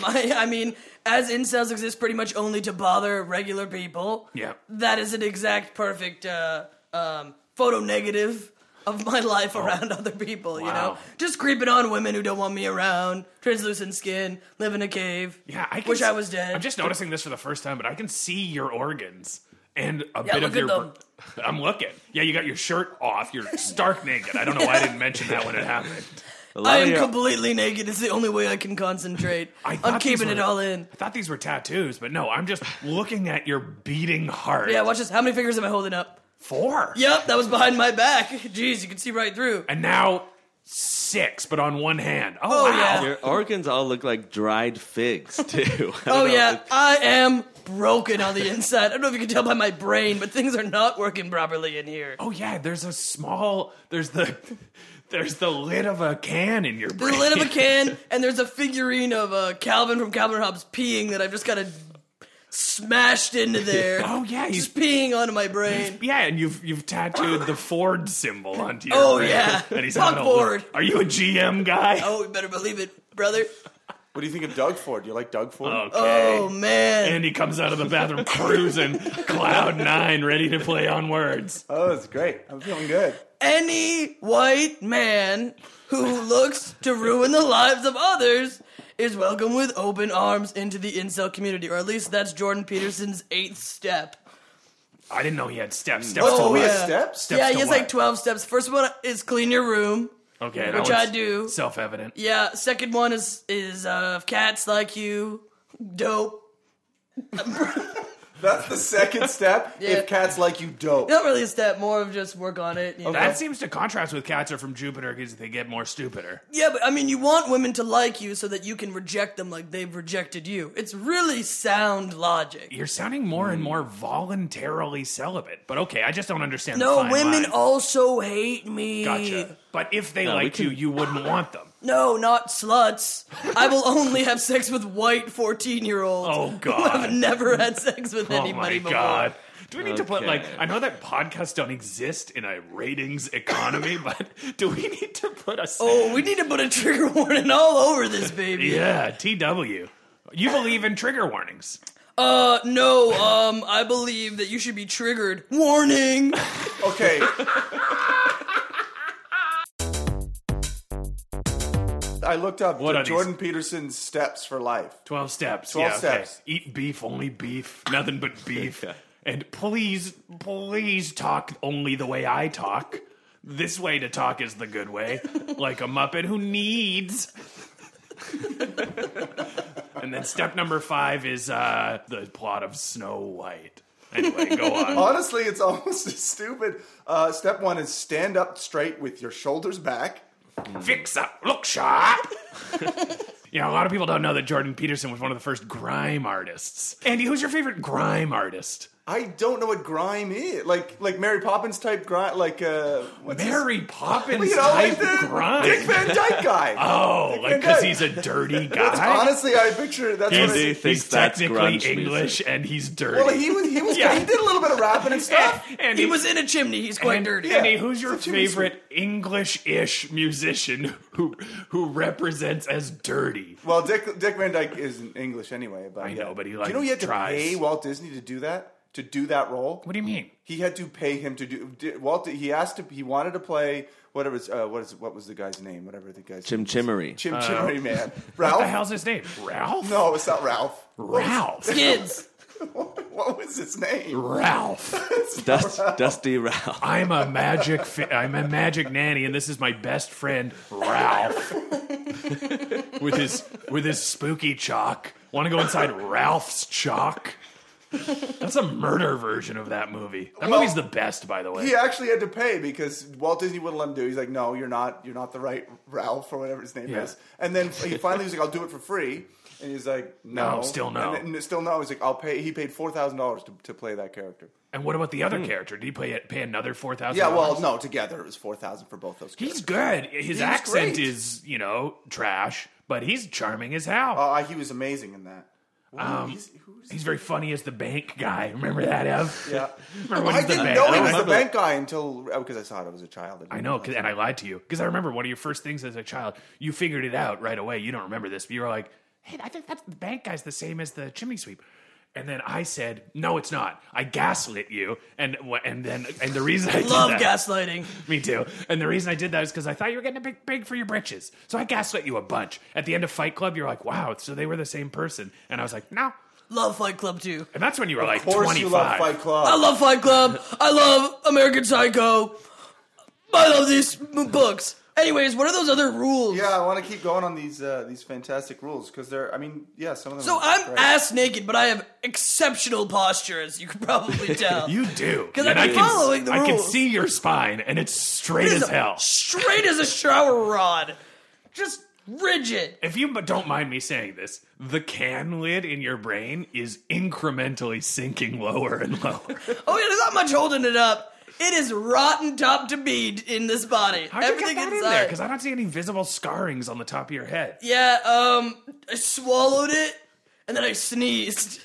my, I mean, as incels exist pretty much only to bother regular people.
Yeah.
That is an exact perfect uh, um, photo negative of my life around other people, you know?
Oh. Wow.
Just creeping on women who don't want me around, translucent skin, live in a cave.
Yeah, I can
Wish
s-
I was dead.
I'm just noticing this for the first time, but I can see your organs and a
Yeah,
bit
look
of
at
your.
them.
br- I'm looking. Yeah, you got your shirt off. You're stark naked. I don't know why I didn't mention that when it happened.
A
I
lot of
am
your-
completely naked. It's the only way I can concentrate.
I
I'm
thought these
keeping it
were-
all in.
I thought these were tattoos, but no, I'm just looking at your beating heart.
Yeah, watch this. How many fingers am I holding up?
Four.
Yep, that was behind my back. Jeez, you can see right through.
And now six, but on one hand. Oh,
Oh,
wow.
yeah.
your organs all look like dried figs too. I
Oh
don't know
yeah,
if-
I am broken on the inside. I don't know if you can tell by my brain, but things are not working properly in here.
Oh yeah, there's a small there's the There's the lid of a can in your brain.
There's a lid of a can, and there's a figurine of uh, Calvin from Calvin and Hobbes peeing that I've just kind of smashed into there.
Oh, yeah, he's-
just peeing onto my brain.
Yeah, and you've you've tattooed the Ford symbol onto your.
Oh,
brain.
yeah.
and he's
Fuck
on
Ford.
Are you a GM guy?
Oh, you better believe it, brother.
What do you think of Doug Ford? Do you like Doug Ford?
Okay.
Oh man,
And he comes out of the bathroom cruising, cloud nine, ready to play on words.
Oh, it's great. I'm feeling good.
any white man who looks to ruin the lives of others is welcome with open arms into the incel community, or at least that's Jordan Peterson's eighth step.
I didn't know he had steps. Steps
Oh,
to
we
what?
have
yeah.
steps?
Steps
yeah,
to
he has
what?
like twelve steps. First one is clean your room.
Okay, that
Which I
one's
do.
Self-evident.
Yeah, second one is is uh, cats like you, dope.
That's the second step.
Yeah.
If cats like you, dope.
Not really a step, more of just work on it. you know?
That seems to contrast with cats are from Jupiter because they get more stupider.
Yeah, but I mean, you want women to like you so that you can reject them like they've rejected you. It's really sound logic.
You're sounding more
Mm.
and more voluntarily celibate, but okay, I just don't understand. the
No,
fine
women
line.
also hate me.
Gotcha. But if they
No, we
liked you,
can-
you wouldn't want them.
No, not sluts. I will only have sex with white 14 year olds.
Oh,
Who have
God.
never had sex with
Oh my
anybody before.
god. Do we need to put like
Okay.
I know that podcasts don't exist in a ratings economy, but do we need to put a
Oh, we need to put a trigger warning all over this baby.
Yeah, TW. You believe in trigger warnings.
Uh, no, um, I believe that you should be triggered. Warning!
Okay. I looked up
What are
Jordan Peterson's steps for life.
12 steps.
12
yeah,
steps.
Okay. Eat beef, only beef, nothing but beef.
Yeah.
And please, please talk only the way I talk. This way to talk is the good way, like a Muppet who needs. and then step number five is uh, the plot of Snow White. Anyway, go on.
Honestly, it's almost as stupid. Uh, step one is stand up straight with your shoulders back.
Oh, Fix up, look sharp. yeah, a lot of people don't know that Jordan Peterson was one of the first grime artists. Andy, who's your favorite grime artist?
I don't know what grime is. Like like Mary Poppins type grime. Like uh, what's his-
Mary Poppins
you know,
type
like the
grime.
Dick Van Dyke guy.
Oh, like
Van
because
Dyke.
he's a dirty guy.
Honestly, I picture that's
he's,
what
Andy
I,
he's
thinks that's
technically
grunge
English
music.
and he's dirty.
Well, he was he was
Yeah.
he did a little bit of rapping and stuff.
and, and
He was in a chimney, he's quite
and-
dirty.
Andy, who's your
It's a Jimmy
favorite English-ish musician who who represents as dirty?
Well, Dick Dick Van Dyke isn't English anyway, but I
know, but he,
do
like,
you know he had
tries.
to pay Walt Disney to do that to do that role.
What do you mean?
He had to pay him to do Di- Walt. He asked to he wanted to play whatever. it's, Uh, what is what was the guy's name? Whatever the guy's
Jim Chimmery.
Chim Chimmery man.
Uh, What
Ralph.
the hell's his name? Ralph?
No, it's not Ralph.
Ralph.
Kids!
What was his name?
Ralph.
Dust, Dusty Ralph.
I'm a magic fi- I'm a magic nanny and this is my best friend Ralph. with his with his spooky chalk. Want to go inside Ralph's chalk? That's a murder version of that movie. That movie's the best by the way.
He actually had to pay because Walt Disney wouldn't let him do. it. He's like, no, you're not, you're not the right Ralph or whatever his name
Yeah.
is. And then he finally was like, I'll do it for free. And he's like, no,
No, still no.
And then- still no. He's like, I'll pay. He paid four thousand dollars to to play that character.
And what about the other character? Did he pay pay another four thousand?
Yeah, well, no, together it was four thousand for both those.
he's
Characters.
good. His accent
great.
is you know trash, but he's charming as hell.
Uh, he was amazing in that. Wow,
Um,
he's- who's-
he's very funny as the bank guy. Remember that, Ev?
yeah.
Remember when
I
he's the
didn't
bank-
know
I
he
don't
was the
remember-
bank guy until oh, because I saw it. I was a child.
I know, 'cause- and I lied to you because I remember one of your first things as a child. You figured it out right away. You don't remember this, but you were like, "Hey, I think that's the bank guy's the same as the chimney sweep." And then I said, "No, it's not." I gaslit you, and wh- and then and the reason I did
Love
that-
gaslighting.
Me too. And the reason I did that is because I thought you were getting a big big for your britches. So I gaslit you a bunch. At the end of Fight Club, you're like, wow, so they were the same person. And I was like, no.
Love Fight Club too.
And that's when you were like
Of course,
25.
you love Fight Club.
I love Fight Club. I love American Psycho. I love these m- books. Anyways, what are those other rules?
Yeah, I want to keep going on these uh, these fantastic rules because they're. I mean, yeah, some of them.
So
are
I'm
great.
ass naked, but I have exceptional posture, as you can probably tell.
You do.
'Cause
And
I've
I
been
can,
following the
I can
rules.
see your spine, and it's straight
It is
as hell.
Straight as a shower rod. Just rigid.
If you b- don't mind me saying this, the can lid in your brain is incrementally sinking lower and lower.
Oh yeah, there's not much holding it up. It is rotten top to bead in this body.
How'd you get
Everything
that
inside.
in there? Because I don't see any visible scarrings on the top of your head.
yeah, um, I swallowed it and then I sneezed.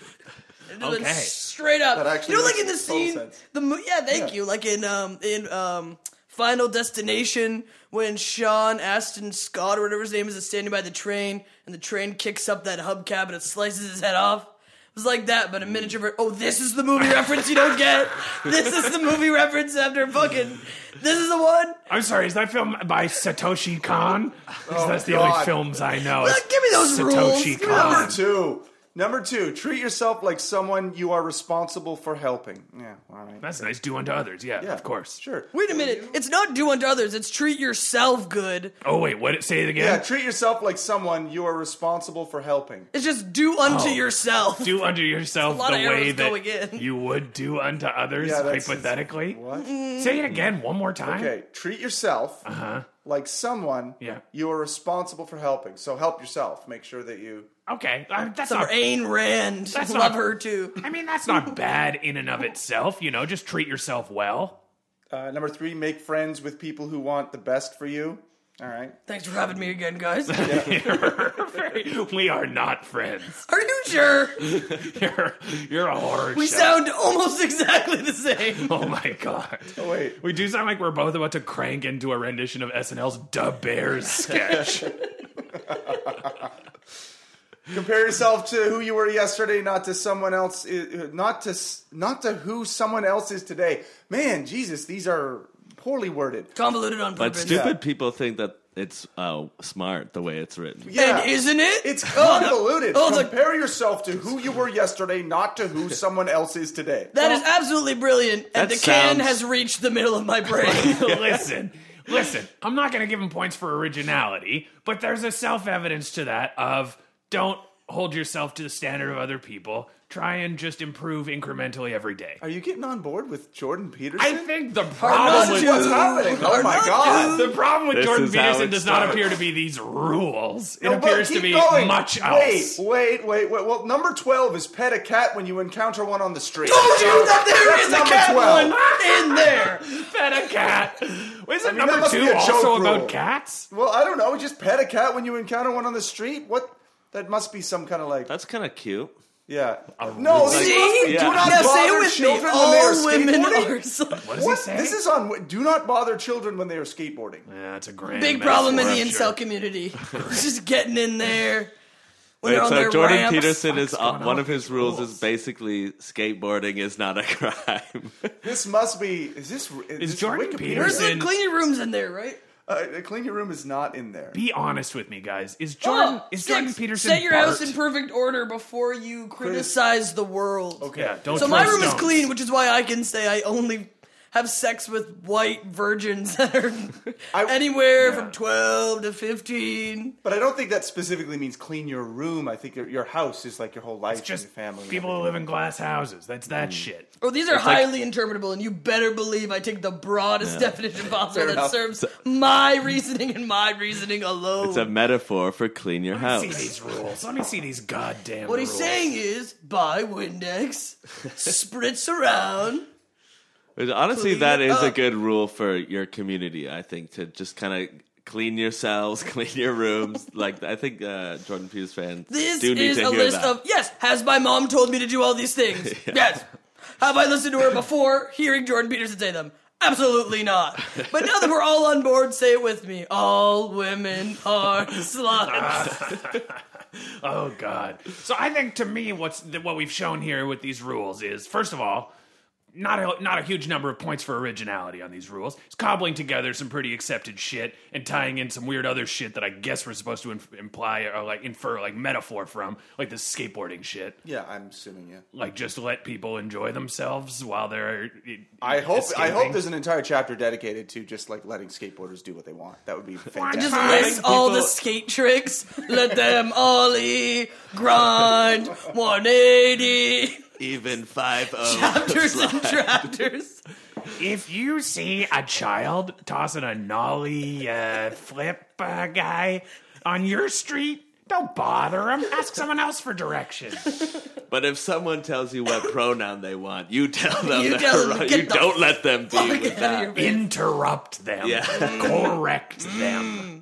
And then
Okay.
straight up.
That actually
you know,
makes
like in the
total
scene,
sense.
the mo- yeah, thank you. Like in um in um Final Destination when Sean Aston Scott or whatever his name is is standing by the train and the train kicks up that hubcap and it slices his head off. It was like that, but a miniature. Ver- oh, this is the movie reference you don't get. This is the movie reference after fucking. This is the one.
I'm sorry, is that film by Satoshi Khan? Because that's the
Oh, God.
only films I know.
Look,
It's
give me those rules.
Satoshi
Give me
Khan.
Number two. Number two, treat yourself like someone you are responsible for helping. Yeah, all right.
That's nice. Do unto others. Yeah,
Yeah,
of course.
Sure.
Wait a minute. It's not do unto others. It's treat yourself good.
Oh wait, what? Say it
Yeah,
again.
treat yourself like someone you are responsible for helping.
It's just do unto
Oh.
yourself.
Do unto yourself
There's a lot
the
of
way
arrows going
that
in.
you would do unto others,
Yeah, that's-
hypothetically.
What?
Say it again one more time.
Okay, treat yourself like someone
Yeah.
you are responsible for helping. So help yourself. Make sure that you.
Okay, I- that's
Some
not.
Ayn Rand.
That's
Love
not-
her too.
I mean, that's not bad in and of itself. You know, just treat yourself well.
Uh, number three, make friends with people who want the best for you. All right.
Thanks for having me again, guys.
we are not friends.
Are you sure?
You're, you're a horror.
We
show.
sound almost exactly the same.
Oh my god.
Oh, wait.
We do sound like we're both about to crank into a rendition of SNL's Da Bears sketch.
Compare yourself to who you were yesterday, not to someone else, i- uh, not to s- not to who someone else is today. Man, Jesus, these are poorly worded.
Convoluted on
But
purpose.
stupid people think that it's uh, smart the way it's written.
Yeah.
And isn't it?
It's convoluted.
Oh, the-
Compare yourself to who you were yesterday, not to who someone else is today.
That is absolutely brilliant,
That
and the can
sounds-
has reached the middle of my brain.
listen, listen. I'm not going to give him points for originality, but there's a self evidence to that of don't hold yourself to the standard of other people. Try and just improve incrementally every day.
Are you getting on board with Jordan Peterson?
I think the
not
problem with
to-
What's happening? Oh my
Arnott,
god.
the problem with
This
Jordan
is how
Peterson
it
does not
starts.
appear to be these rules. It
No, but
appears to
keep
be
going.
much
wait,
else.
Wait, wait, wait. Well, number 12 is pet a cat when you encounter one on the street.
Told you that there
That's number 12.
is a cat one in there.
Pet a cat. Isn't
mean, that
number
must be
two
a joke
also
rule.
about cats?
Well, I don't know. Just pet a cat when you encounter one on the street? What? That must be some kind of like.
That's kind of cute.
yeah. No, these
See?
must be, do
Yeah.
not
Now say
bother
it with me.
children when they are
All women
skateboarding.
are. so-
What does
What?
he say?
This is on. Do not bother children when they are skateboarding.
Yeah, that's a grand
Big problem in
metaphor,
the
I'm
incel
sure.
community. It's just getting in there when
Wait,
they're on
so
their
Jordan
ramps.
Peterson is
What's going
uh,
on
one
with
of his
these
rules
rules?
is basically skateboarding is not a crime.
This must be. Is this is, this
Jordan
Wikipedia?
Peterson-
There's the
in-
cleaning rooms in there, right?
Uh, clean your room is not in there.
Be honest with me, guys. Is Jordan
Oh,
is
six.
Jordan Peterson
Set your
Bart?
house in perfect order before you criticize the world.
Okay.
Yeah, don't.
So my
throw
room is
stones.
clean, which is why I can say I only have sex with white virgins that are
I-
anywhere from 12 to 15.
But I don't think that specifically means clean your room. I think your, your house is like your whole life,
It's just
and your family. and
people who
everything.
live in glass houses. That's
Mm.
that shit.
Oh, these are
like-
highly interpretable, and you better believe I take the broadest definition possible that
enough.
serves my reasoning and my reasoning alone.
it's a metaphor for clean your
Let me see
house.
these rules. Let me see these goddamn.
What he's
rules.
saying is buy Windex, spritz around.
But honestly,
Clean
that is a
up.
good rule for your community. I think to just kind of clean yourselves, clean your rooms. like I think uh, Jordan Peterson fans
This
do need
is
to
a
hear
list
that.
of yes. Has my mom told me to do all these things? Yes. Have I listened to her before hearing Jordan Peterson say them? Absolutely not. But now that we're all on board, say it with me. All women are sluts.
Oh god. So I think to me, what's th- what we've shown here with these rules is first of all. Not a, not a huge number of points for originality on these rules. It's cobbling together some pretty accepted shit and tying in some weird other shit that I guess we're supposed to inf- imply or like infer like metaphor from, like this skateboarding shit.
Yeah, I'm assuming. Yeah.
Like just let people enjoy themselves while they're.
I hope. I hope
escaping.
there's an entire chapter dedicated to just like letting skateboarders do what they want. That would be fantastic.
Just
I
list
think
all the
people-
skate tricks. Let them ollie, grind, 180,
even five oh.
chapters and chapters.
If you see a child tossing a nollie uh, flip uh, guy on your street, Don't bother him. Ask someone else for directions.
But if someone tells you what pronoun they want, you tell them
You
they're
tell them to
wrong.
get
You
the
don't let them be
Fuck
with
out of
that.
your face.
Interrupt them.
Yeah. Mm.
Correct them.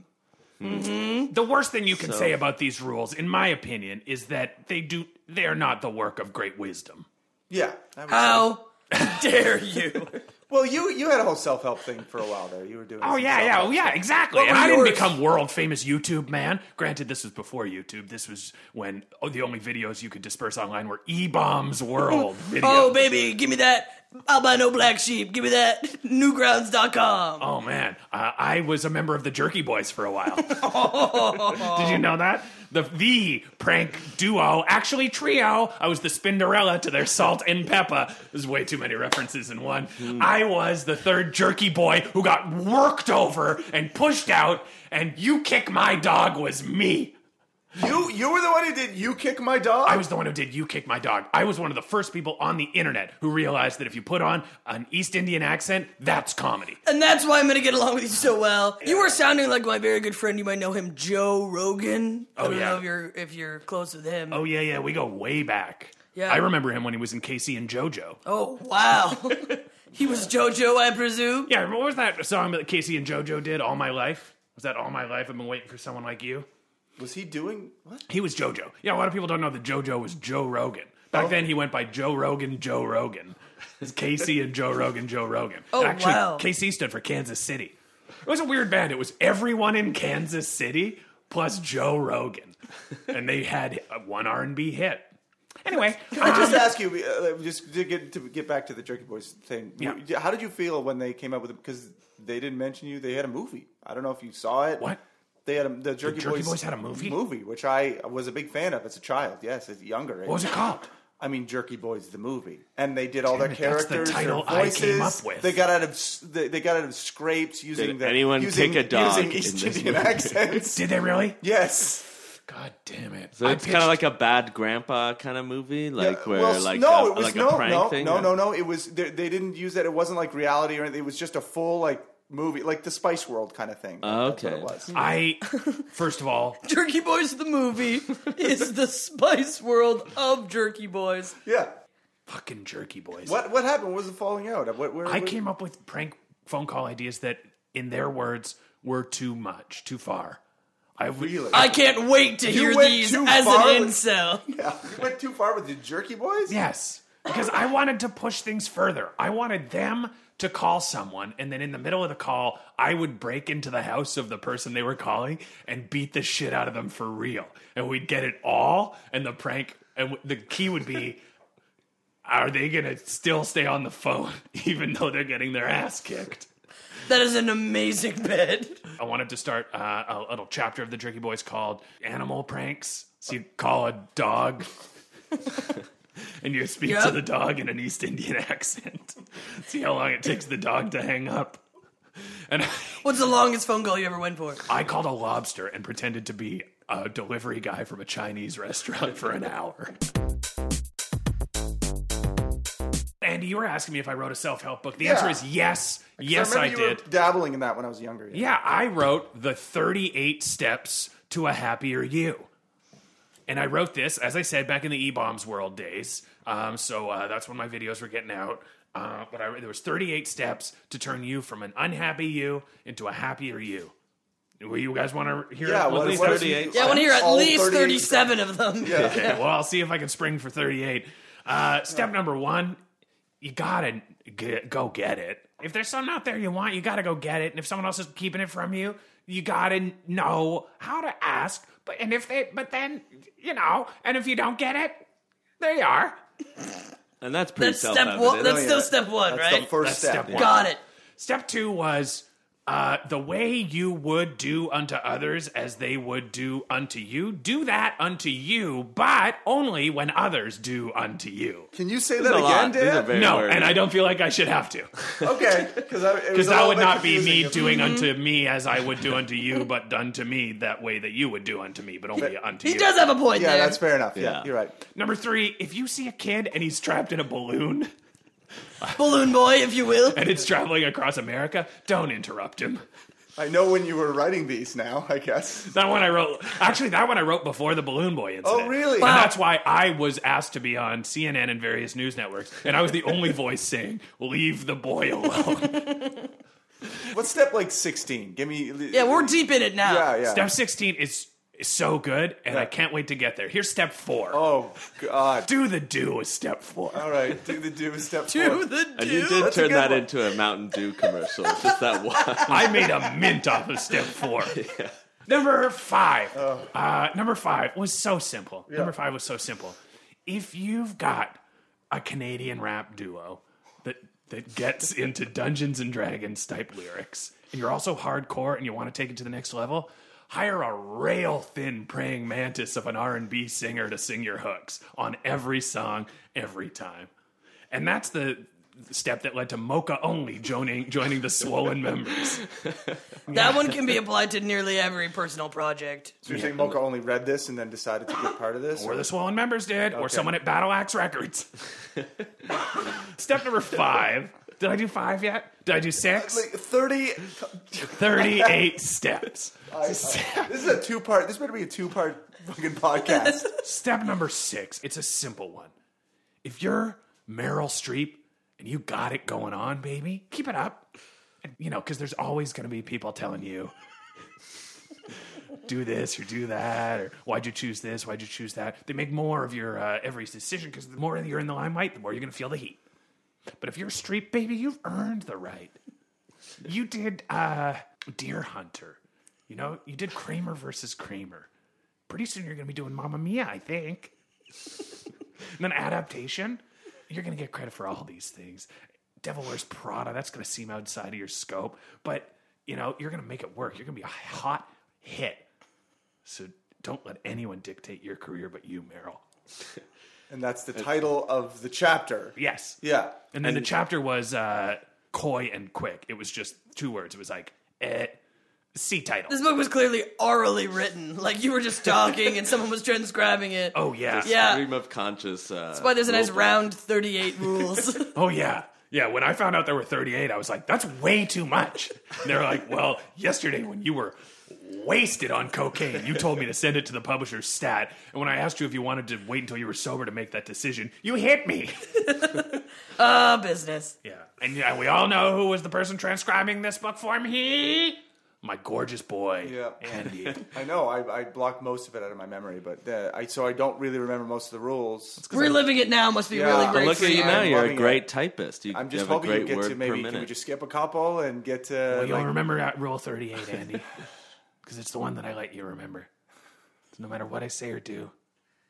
Mm-hmm. The worst thing you can
So-
say about these rules, in my opinion, is that they do they are not the work of great wisdom.
Yeah. I would say.
How dare you?
Well, you you had a whole self help thing for a while there. You were doing.
Oh
some
yeah, yeah,
self-help.
oh, yeah, exactly.
What
And
were
I didn't
yours?
become world famous YouTube man. Granted, this was before YouTube. This was when oh, the only videos you could disperse online were E Bombs World videos.
Oh, baby, give me that albino black sheep. Give me that newgrounds.com.
Oh man, uh, I was a member of the Jerky Boys for a while.
Oh.
Did you know that the the prank duo, actually trio? I was the Spinderella to their Salt and Peppa. There's way too many references in one.
Hmm.
I was the third Jerky Boy who got worked over and pushed out, and you kick my dog was me.
You you were the one who did. You kick my dog.
I was the one who did You Kick My Dog. I was one of the first people on the internet who realized that if you put on an East Indian accent, that's comedy.
And that's why I'm going to get along with you so well. You were sounding like my very good friend. You might know him, Joe Rogan. I
Oh,
don't
yeah.
know if you're, if you're close with him.
Oh yeah, yeah, we go way back.
Yeah.
I remember him when he was in Casey and JoJo.
Oh, wow. he was JoJo, I presume.
Yeah, what was that song that Casey and JoJo did? All my life was that all my life? I've been waiting for someone like you.
was he doing what?
He was JoJo. Yeah, a lot of people don't know that JoJo was Joe Rogan. Back then, he went by Joe Rogan, Joe Rogan. It's Casey and Joe Rogan, Joe Rogan.
Oh,
Actually,
wow.
KC stood for Kansas City. It was a weird band. It was everyone in Kansas City plus Joe Rogan, and they had uh, one R and B hit. Anyway,
I just ask you, uh, just to get to get back to the Jerky Boys thing.
Yeah.
How did you feel when they came up with it? Because they didn't mention you. They had a movie. I don't know if you saw it.
What?
They had a, the Jerky,
Jerky Boys had a movie?
movie, which I was a big fan of as a child. Yes, as younger.
what was it called?
I mean, Jerky Boys the movie, and they did all
Damn
their
it, that's the
characters,
title
their
I
voices.
came up with.
They got out of s- they, they got out of scrapes using
Did
the,
anyone
using,
kick a dog
using
in
East
this
Indian
movie?
accents.
Did they really?
yes.
God damn it!
So
I
it's kind of
pitched-
like a bad grandpa kind of movie, like where
Well, s-
like
no,
a,
it was
like
no,
a prank
no,
thing.
no, no, no. It was they, they didn't use that. It wasn't like reality or anything. It was just a full like movie, like the Spice World kind of thing.
Uh.
That's what
okay.
it was.
I first of all,
Jerky Boys the movie is the Spice World of Jerky Boys.
Yeah.
fucking jerky boys.
What what happened? What was the falling out? What, where,
I
where-
came up with prank phone call ideas that, in their words, were too much, too far. I
Really?
I can't wait to hear
went
these
too
as
far
an
with-
incel.
Yeah. You went too far with the Jerky Boys.
yes, because I wanted to push things further. I wanted them to call someone, and then in the middle of the call, I would break into the house of the person they were calling and beat the shit out of them for real, and we'd get it all. And the prank, and w- the key would be. Are they gonna still stay on the phone even though they're getting their ass kicked?
That is an amazing bit.
I wanted to start uh, a little chapter of the Jerky Boys called Animal Pranks. So you call a dog and you speak to
Yep.
the dog in an East Indian accent. See how long it takes the dog to hang up. And I,
What's the longest phone call you ever went for?
I called a lobster and pretended to be a delivery guy from a Chinese restaurant for an hour. Andy, you were asking me if I wrote a self help book. The answer
Yeah.
is yes. Yes,
remember
I
you
did.
Were dabbling in that when I was younger. Yeah.
Yeah, I wrote the 38 steps to a happier you. And I wrote this, as I said, back in the E-Bombs world days. Um, so uh, that's when my videos were getting out. Uh, but I, there was 38 steps to turn you from an unhappy you into a happier you. Well, you guys want to hear?
Yeah,
at
what-
least
what if
30?
you-
Yeah,
Yeah, I want to hear at
all
least
38
37 of them.
Okay, well, I'll see if I can spring for 38. Uh, step number one, you gotta g go get it. If there's something out there you want, you gotta go get it. And if someone else is keeping it from you, you gotta know how to ask. But and if they, but then you know, and if you don't get it, there you are.
and that's pretty
That's step one.
self-evident.
That's
yeah.
still step one,
That's
right?
the first
That's
step.
step one.
Got it.
Step two was uh, the way you would do unto others as they would do unto you. Do that unto you, but only when others do unto you.
Can you say that
That's a
again,
lot. These are
Dan?
very
No,
wordy.
and I don't feel like I should have to.
okay, because
Because that would not be me doing unto me as I would do unto you, but done to me that way that you would do unto me, but only unto
He
you.
does have a point
Yeah,
there.
that's fair enough. Yeah,
Yeah.
you're right.
Number three, if you see a kid and he's trapped in a balloon
Balloon boy, if you will.
and it's traveling across America, don't interrupt him.
I know when you were writing these now, I guess.
That one I wrote. Actually, that one I wrote before the Balloon Boy incident.
Oh, really?
And
Wow.
that's why I was asked to be on CNN and various news networks, and I was the only voice saying, "Leave the boy alone."
What's step like 16? Give me.
Yeah, we're deep in it now.
Yeah, yeah.
Step sixteen is, is so good, and I
Yeah.
can't wait to get there. Here's step four.
Oh, God.
Do the do is step four.
All right. Do the do is step
Do
four.
the
And
do.
you did
a
turn
good
that
one.
into a Mountain Dew commercial. Just that one.
I made a mint off of step four. Number five. Uh, number five was so simple. Number five was so simple. If you've got a Canadian rap duo that that gets into Dungeons and Dragons type lyrics, and you're also hardcore and you want to take it to the next level, hire a rail thin praying mantis of an R&B singer to sing your hooks on every song every time. And that's the step that led to Mocha only joining joining the swollen members.
That one can be applied to nearly every personal project.
So you're saying Mocha only read this and then decided to get part of this?
Or the swollen members did, or someone at Battle Axe Records. Step number five. Did I do five yet? Did I do six?
Like 30.
38 steps.
This is a two part. This better be a two part fucking podcast.
Step number six. It's a simple one. If you're Meryl Streep and you got it going on, baby, keep it up. And, you know, because there's always going to be people telling you, do this or do that, or why'd you choose this? Why'd you choose that? They make more of your uh, every decision because the more you're in the limelight, the more you're going to feel the heat. But if you're Streep, baby, you've earned the right. You did uh, Deer Hunter. You know, you did Kramer versus Kramer pretty soon you're going to be doing Mamma Mia, I think. and then adaptation, you're going to get credit for all these things. Devil Wears Prada, that's going to seem outside of your scope, but you know you're going to make it work. You're going to be a hot hit. So don't let anyone dictate your career but you, Meryl.
and that's the title of the chapter.
Yes.
Yeah.
And then the chapter was uh, coy and quick. It was just two words. It was like eh, C title.
This book was clearly orally written. Like you were just talking and someone was transcribing it.
oh yeah.
Yeah.
Stream of conscious. Uh, That's
That's why there's a nice round 38 rules.
Oh yeah. Yeah, when I found out there were 38, I was like, that's way too much. And they're like, well, yesterday when you were wasted on cocaine, you told me to send it to the publisher's stat. And when I asked you if you wanted to wait until you were sober to make that decision, you hit me.
uh, business.
Yeah. And yeah, we all know who was the person transcribing this book for me. My gorgeous boy,
Yeah.
Andy.
I know. I, I blocked most of it out of my memory, but uh, I so I don't really remember most of the rules.
Reliving it now must be
Yeah.
really
But
great
Look
for
at you
you.
now.
I'm
You're
loving
a
it.
great typist. You
I'm just
have a
hoping
great
you get
word
to
per
maybe can we
minute.
just skip a couple and get to
You'll
like,
remember at Rule 38, Andy, because it's the one that I let you remember. So no matter what I say or do,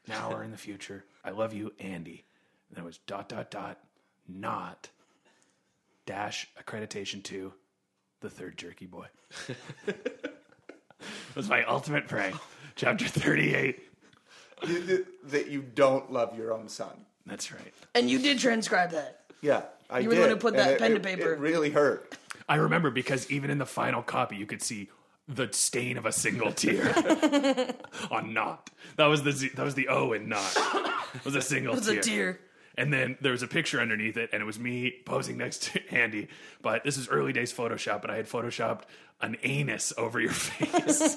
now or in the future, I love you, Andy. And it was dot, dot, dot, not dash accreditation to the third jerky boy. It was my ultimate prank. Chapter 38.
you- you- that you don't love your own son.
That's right.
And you did transcribe that.
Yeah, I
You were
did.
the one who put
and
that
it-
pen to
it-
paper.
It really hurt.
I remember because even in the final copy, you could see the stain of a single tear on not. That was the Z, that was the O in not. It was a single
It's a tear.
And then there was a picture underneath it, and it was me posing next to Andy. But this is early days Photoshop, and I had photoshopped an anus over your face.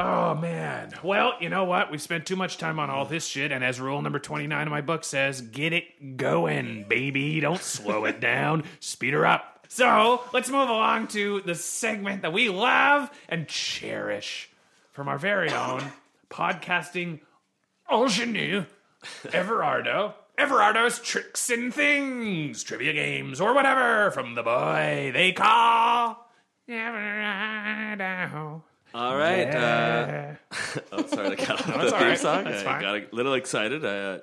oh man! Well, you know what? We've spent too much time on all this shit, and as rule number twenty-nine of my book says, get it going, baby. Don't slow it down. Speed her up. So let's move along to the segment that we love and cherish from our very own podcasting ingenue, Everardo. Everardo's tricks and things, trivia games, or whatever from the boy they call Everardo.
All right. Uh, oh, sorry, I got off the
all
theme
right.
song.
That's
I
fine.
got a little excited. I, uh,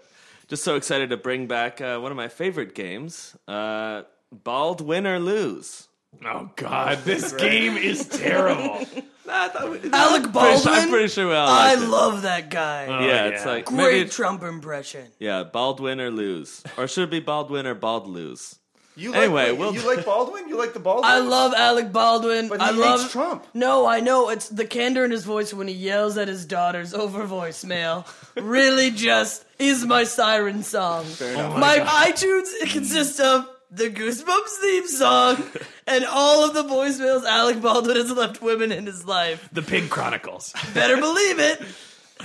just so excited to bring back uh, one of my favorite games, uh, Bald Win or Lose.
Oh God, this game is terrible.
Nah, I thought we-
Alec
pretty sure-
Baldwin.
I'm pretty sure we all
I
liked it.
love that guy.
Yeah,
Oh,
it's
yeah.
like maybe
great
it's-
Trump impression.
yeah, Bald Win or Lose, or should it be Bald Win or Bald Lose?
You
Anyway,
like,
we'll-
you like Baldwin? You like the Baldwin?
I love Alec Baldwin.
But he
I
hates
love
Trump.
No, I know it's the candor in his voice when he yells at his daughters over voicemail. really, just is my siren song.
enough. Oh
my iTunes it consists of the Goosebumps theme song and all of the voicemails Alec Baldwin has left women in his life.
The Pig Chronicles.
Better believe it.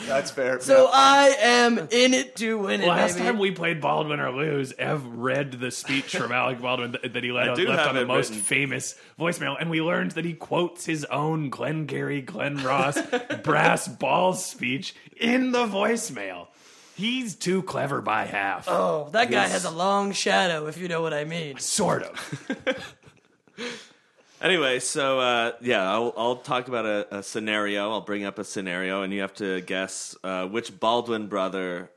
That's fair.
So uh,
yeah.
I am in it to win it,
Last
baby.
time we played Baldwin or Lose, Ev read the speech from Alec Baldwin that, that he let,
do
left
have
on the
it
most
written.
famous voicemail, and we learned that he quotes his own Glenn Gary, Glenn Ross brass balls speech in the voicemail. He's too clever by half.
oh, that guy has a long shadow, if you know what I mean.
Sort of.
Anyway, so uh, yeah, I'll, I'll talk about a, a scenario. I'll bring up a scenario, and you have to guess uh, which Baldwin brother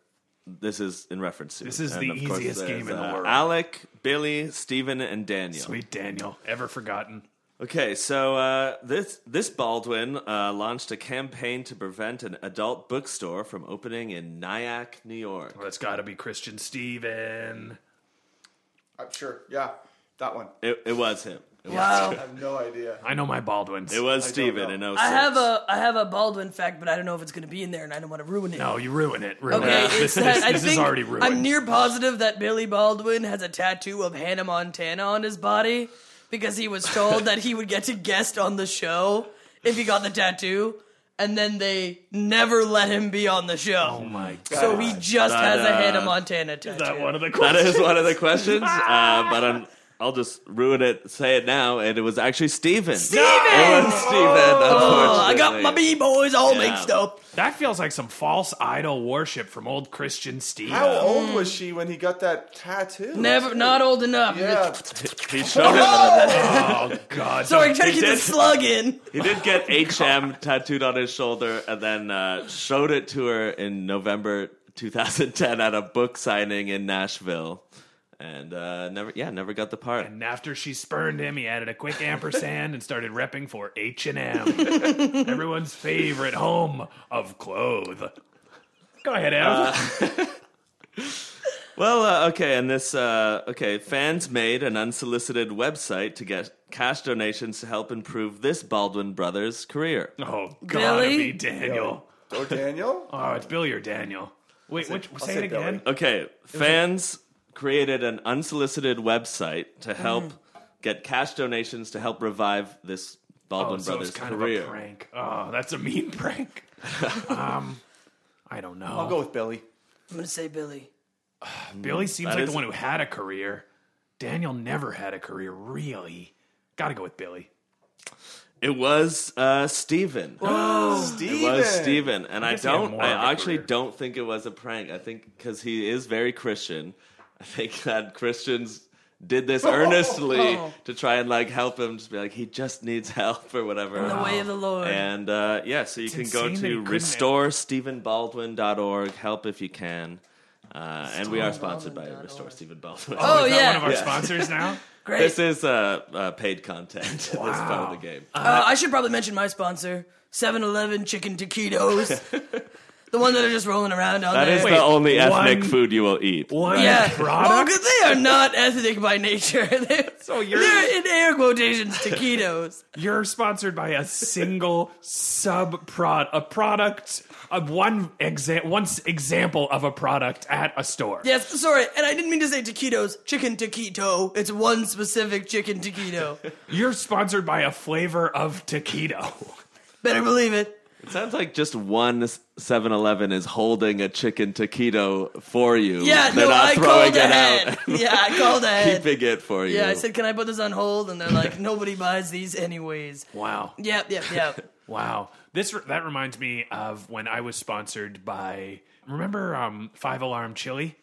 this is in reference to.
This is the
of course,
easiest
there's,
game in the
uh,
world.
Alec, Billy, Steven, and Daniel.
Sweet Daniel. Ever forgotten.
Okay, so uh, this this Baldwin uh, launched a campaign to prevent an adult bookstore from opening in Nyack, New York.
Well, it's got to be Christian Steven.
I'm Uh, sure. Yeah, that one.
It, it was him. It was,
I
Wow.
have no idea.
I know my Baldwins.
it
I
was
don't
Steven
know.
in 06.
I have a I have a Baldwin fact, but I don't know if it's going to be in there, and I don't want to ruin it.
No, you ruin it. Ruin
Okay,
it.
it's
This,
that,
this-
I
this
think
is already ruined.
I'm near positive that Billy Baldwin has a tattoo of Hannah Montana on his body because he was told that he would get to guest on the show if he got the tattoo, and then they never let him be on the show.
oh my god.
so he just has a
uh,
Hannah Montana tattoo.
that one of the
That
questions.
is one of the questions,
Ah.
uh, but I'm, I'll just ruin it, say it now, and it was actually Steven.
Steven!
It was Steven,
Oh, I got my
unfortunately.
B boys all
Yeah.
mixed up.
That feels like some false idol worship from old Christian Steve.
How old was she when he got that tattoo?
Never, not old enough.
Yeah.
He showed it.
Oh God!
Sorry, I'm trying
He
to get the
did.
slug in.
He did get HM tattooed on his shoulder and then uh, showed it to her in November 2010 at a book signing in Nashville. And uh, never, yeah, never got the part.
And after she spurned him, he added a quick ampersand and started repping for H and M, everyone's favorite home of clothes. Go ahead, Ev.
Well, uh, okay, and this, uh, okay, fans made an unsolicited website to get cash donations to help improve this Baldwin brothers' career.
oh, gotta
Billy?
be Daniel.
Or Daniel?
Oh, it's Billy or Daniel. Wait, which, say, it
say
again.
Okay, fans created an unsolicited website to help
Mm-hmm.
get cash donations to help revive this
Oh,
Baldwin
so
brothers'
it's kind
career.
of a prank. Oh, that's a mean prank. um, I don't know.
I'll go with Billy.
I'm gonna say Billy.
Billy seems
that
like the
is-
one who had a career. Daniel never had a career, really. Gotta go with Billy.
It was uh, Steven.
Steven.
It was Steven, and I
Oh, guess he had
don't.
more of a
I actually
career.
don't think it was a prank. I think because he is very Christian. I think that Christians did this earnestly
Oh.
to try and like help him. Just be like, he just needs help or whatever.
In the way of the Lord.
And uh, yeah, so you can go
insane that he
to
couldn't-
restorestephenbaldwin.org. Help if you can. Uh, and we are sponsored by Restore Stephen Baldwin.
oh
Is that
yeah,
one of our sponsors now?
great.
This is uh, uh, paid content. This part of the game.
Uh, I should probably mention my sponsor, 7-Eleven Chicken Taquitos. the one that are just rolling around on
That
there.
is
Wait,
the only ethnic
one-
food you will eat.
One
yeah. Oh,
product.
'cause they are not ethnic by nature. they're,
So you're-
they're in air quotations taquitos.
You're sponsored by a single sub prod, a product, a one exa- one s- example of a product at a store.
yes, sorry, and I didn't mean to say taquitos, chicken taquito. It's one specific chicken taquito.
You're sponsored by a flavor of taquito.
Better believe it.
Sounds like just one 7 Eleven is holding a chicken taquito for you.
Yeah,
They're
no,
not
I
throwing
called
it
ahead.
out,
yeah, I called ahead.
keeping it for you.
Yeah, I said, can I put this on hold? And they're like, nobody buys these anyways.
Wow.
Yep, yep, yep.
Wow. This re- that reminds me of when I was sponsored by remember um, Five Alarm Chili?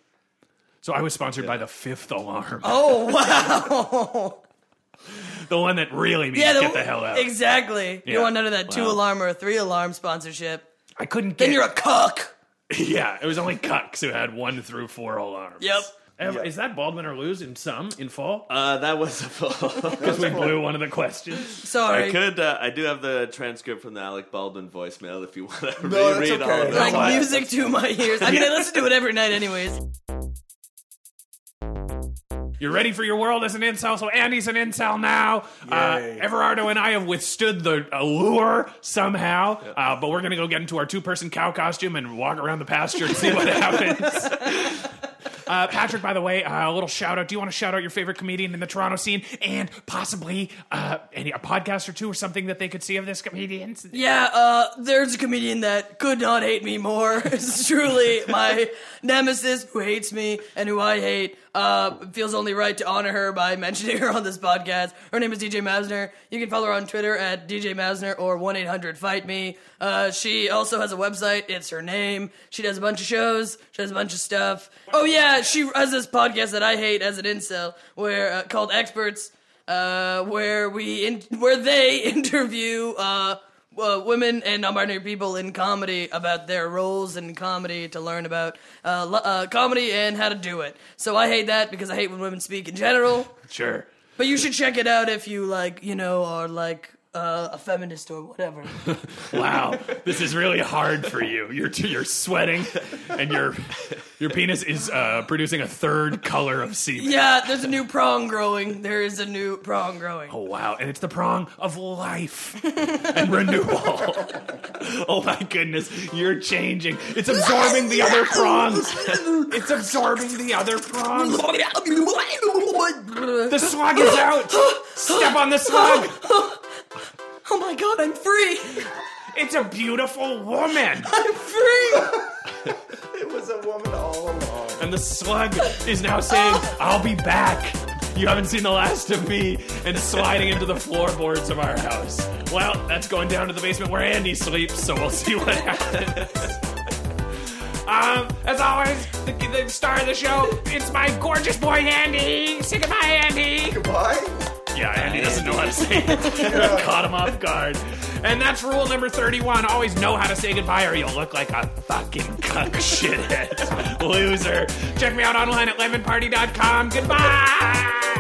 So I was sponsored by the Fifth Alarm.
Oh, wow.
The one that really means
Yeah,
get the hell out.
Exactly. You
Yeah.
don't want none of that two
Wow.
alarm or a three alarm sponsorship.
I couldn't get
Then you're a cuck.
Yeah, it was only cucks who had one through four alarms.
Yep.
Ev- Is that Baldwin or lose in some in fall?
Uh, that was a full.
Because we blew one of the questions.
Sorry.
I could. Uh, I do have the transcript from the Alec Baldwin voicemail if you want
No,
to
that's
reread all
okay.
of that.
like
Why?
music to my ears. I mean, I listen to it every night, anyways.
You're ready for your world as an incel, so Andy's an incel now. Uh,
Yay.
Everardo and I have withstood the allure somehow, uh, but we're going to go get into our two person cow costume and walk around the pasture and see what happens. Uh, Patrick, by the way, uh, a little shout out. Do you want to shout out your favorite comedian in the Toronto scene and possibly uh, any, a podcast or two or something that they could see of this comedian?
Yeah, uh, there's a comedian that could not hate me more. It's truly my nemesis who hates me and who I hate. Uh, it feels only right to honor her by mentioning her on this podcast. Her name is DJ Masner. You can follow her on Twitter at DJ Masner or 1 800 Fight Me. Uh, she also has a website. It's her name. She does a bunch of shows. She does a bunch of stuff. Oh, yeah, she has this podcast that I hate as an incel where uh, called Experts. Uh, where we in- where they interview uh, uh, women and non-binary people in comedy about their roles in comedy to learn about uh, lo- uh, comedy and how to do it. So I hate that because I hate when women speak in general.
Sure.
But you should check it out if you like, you know, are like uh, a feminist or whatever.
Wow, this is really hard for you. You're you're sweating, and your your penis is uh, producing a third color of semen.
yeah, there's a new prong growing. There is a new prong growing.
Oh wow, and it's the prong of life and renewal. oh my goodness, you're changing. It's absorbing the other prongs. It's absorbing the other prongs. The slug is out. Step on the slug.
Oh my god, I'm free!
It's a beautiful woman.
I'm free!
It was a woman all along.
And the slug is now saying, I'll be back. You haven't seen the last of me. And sliding into the floorboards of our house. Well, that's going down to the basement where Andy sleeps, so we'll see what happens. Um, as always, the, the star of the show, it's my gorgeous boy, Andy. Say goodbye, Andy.
Goodbye.
Yeah, Andy doesn't know how to say it. Caught him off guard. And that's rule number 31. Always know how to say goodbye or you'll look like a fucking cuck shithead. Loser. Check me out online at lemonparty.com. Goodbye.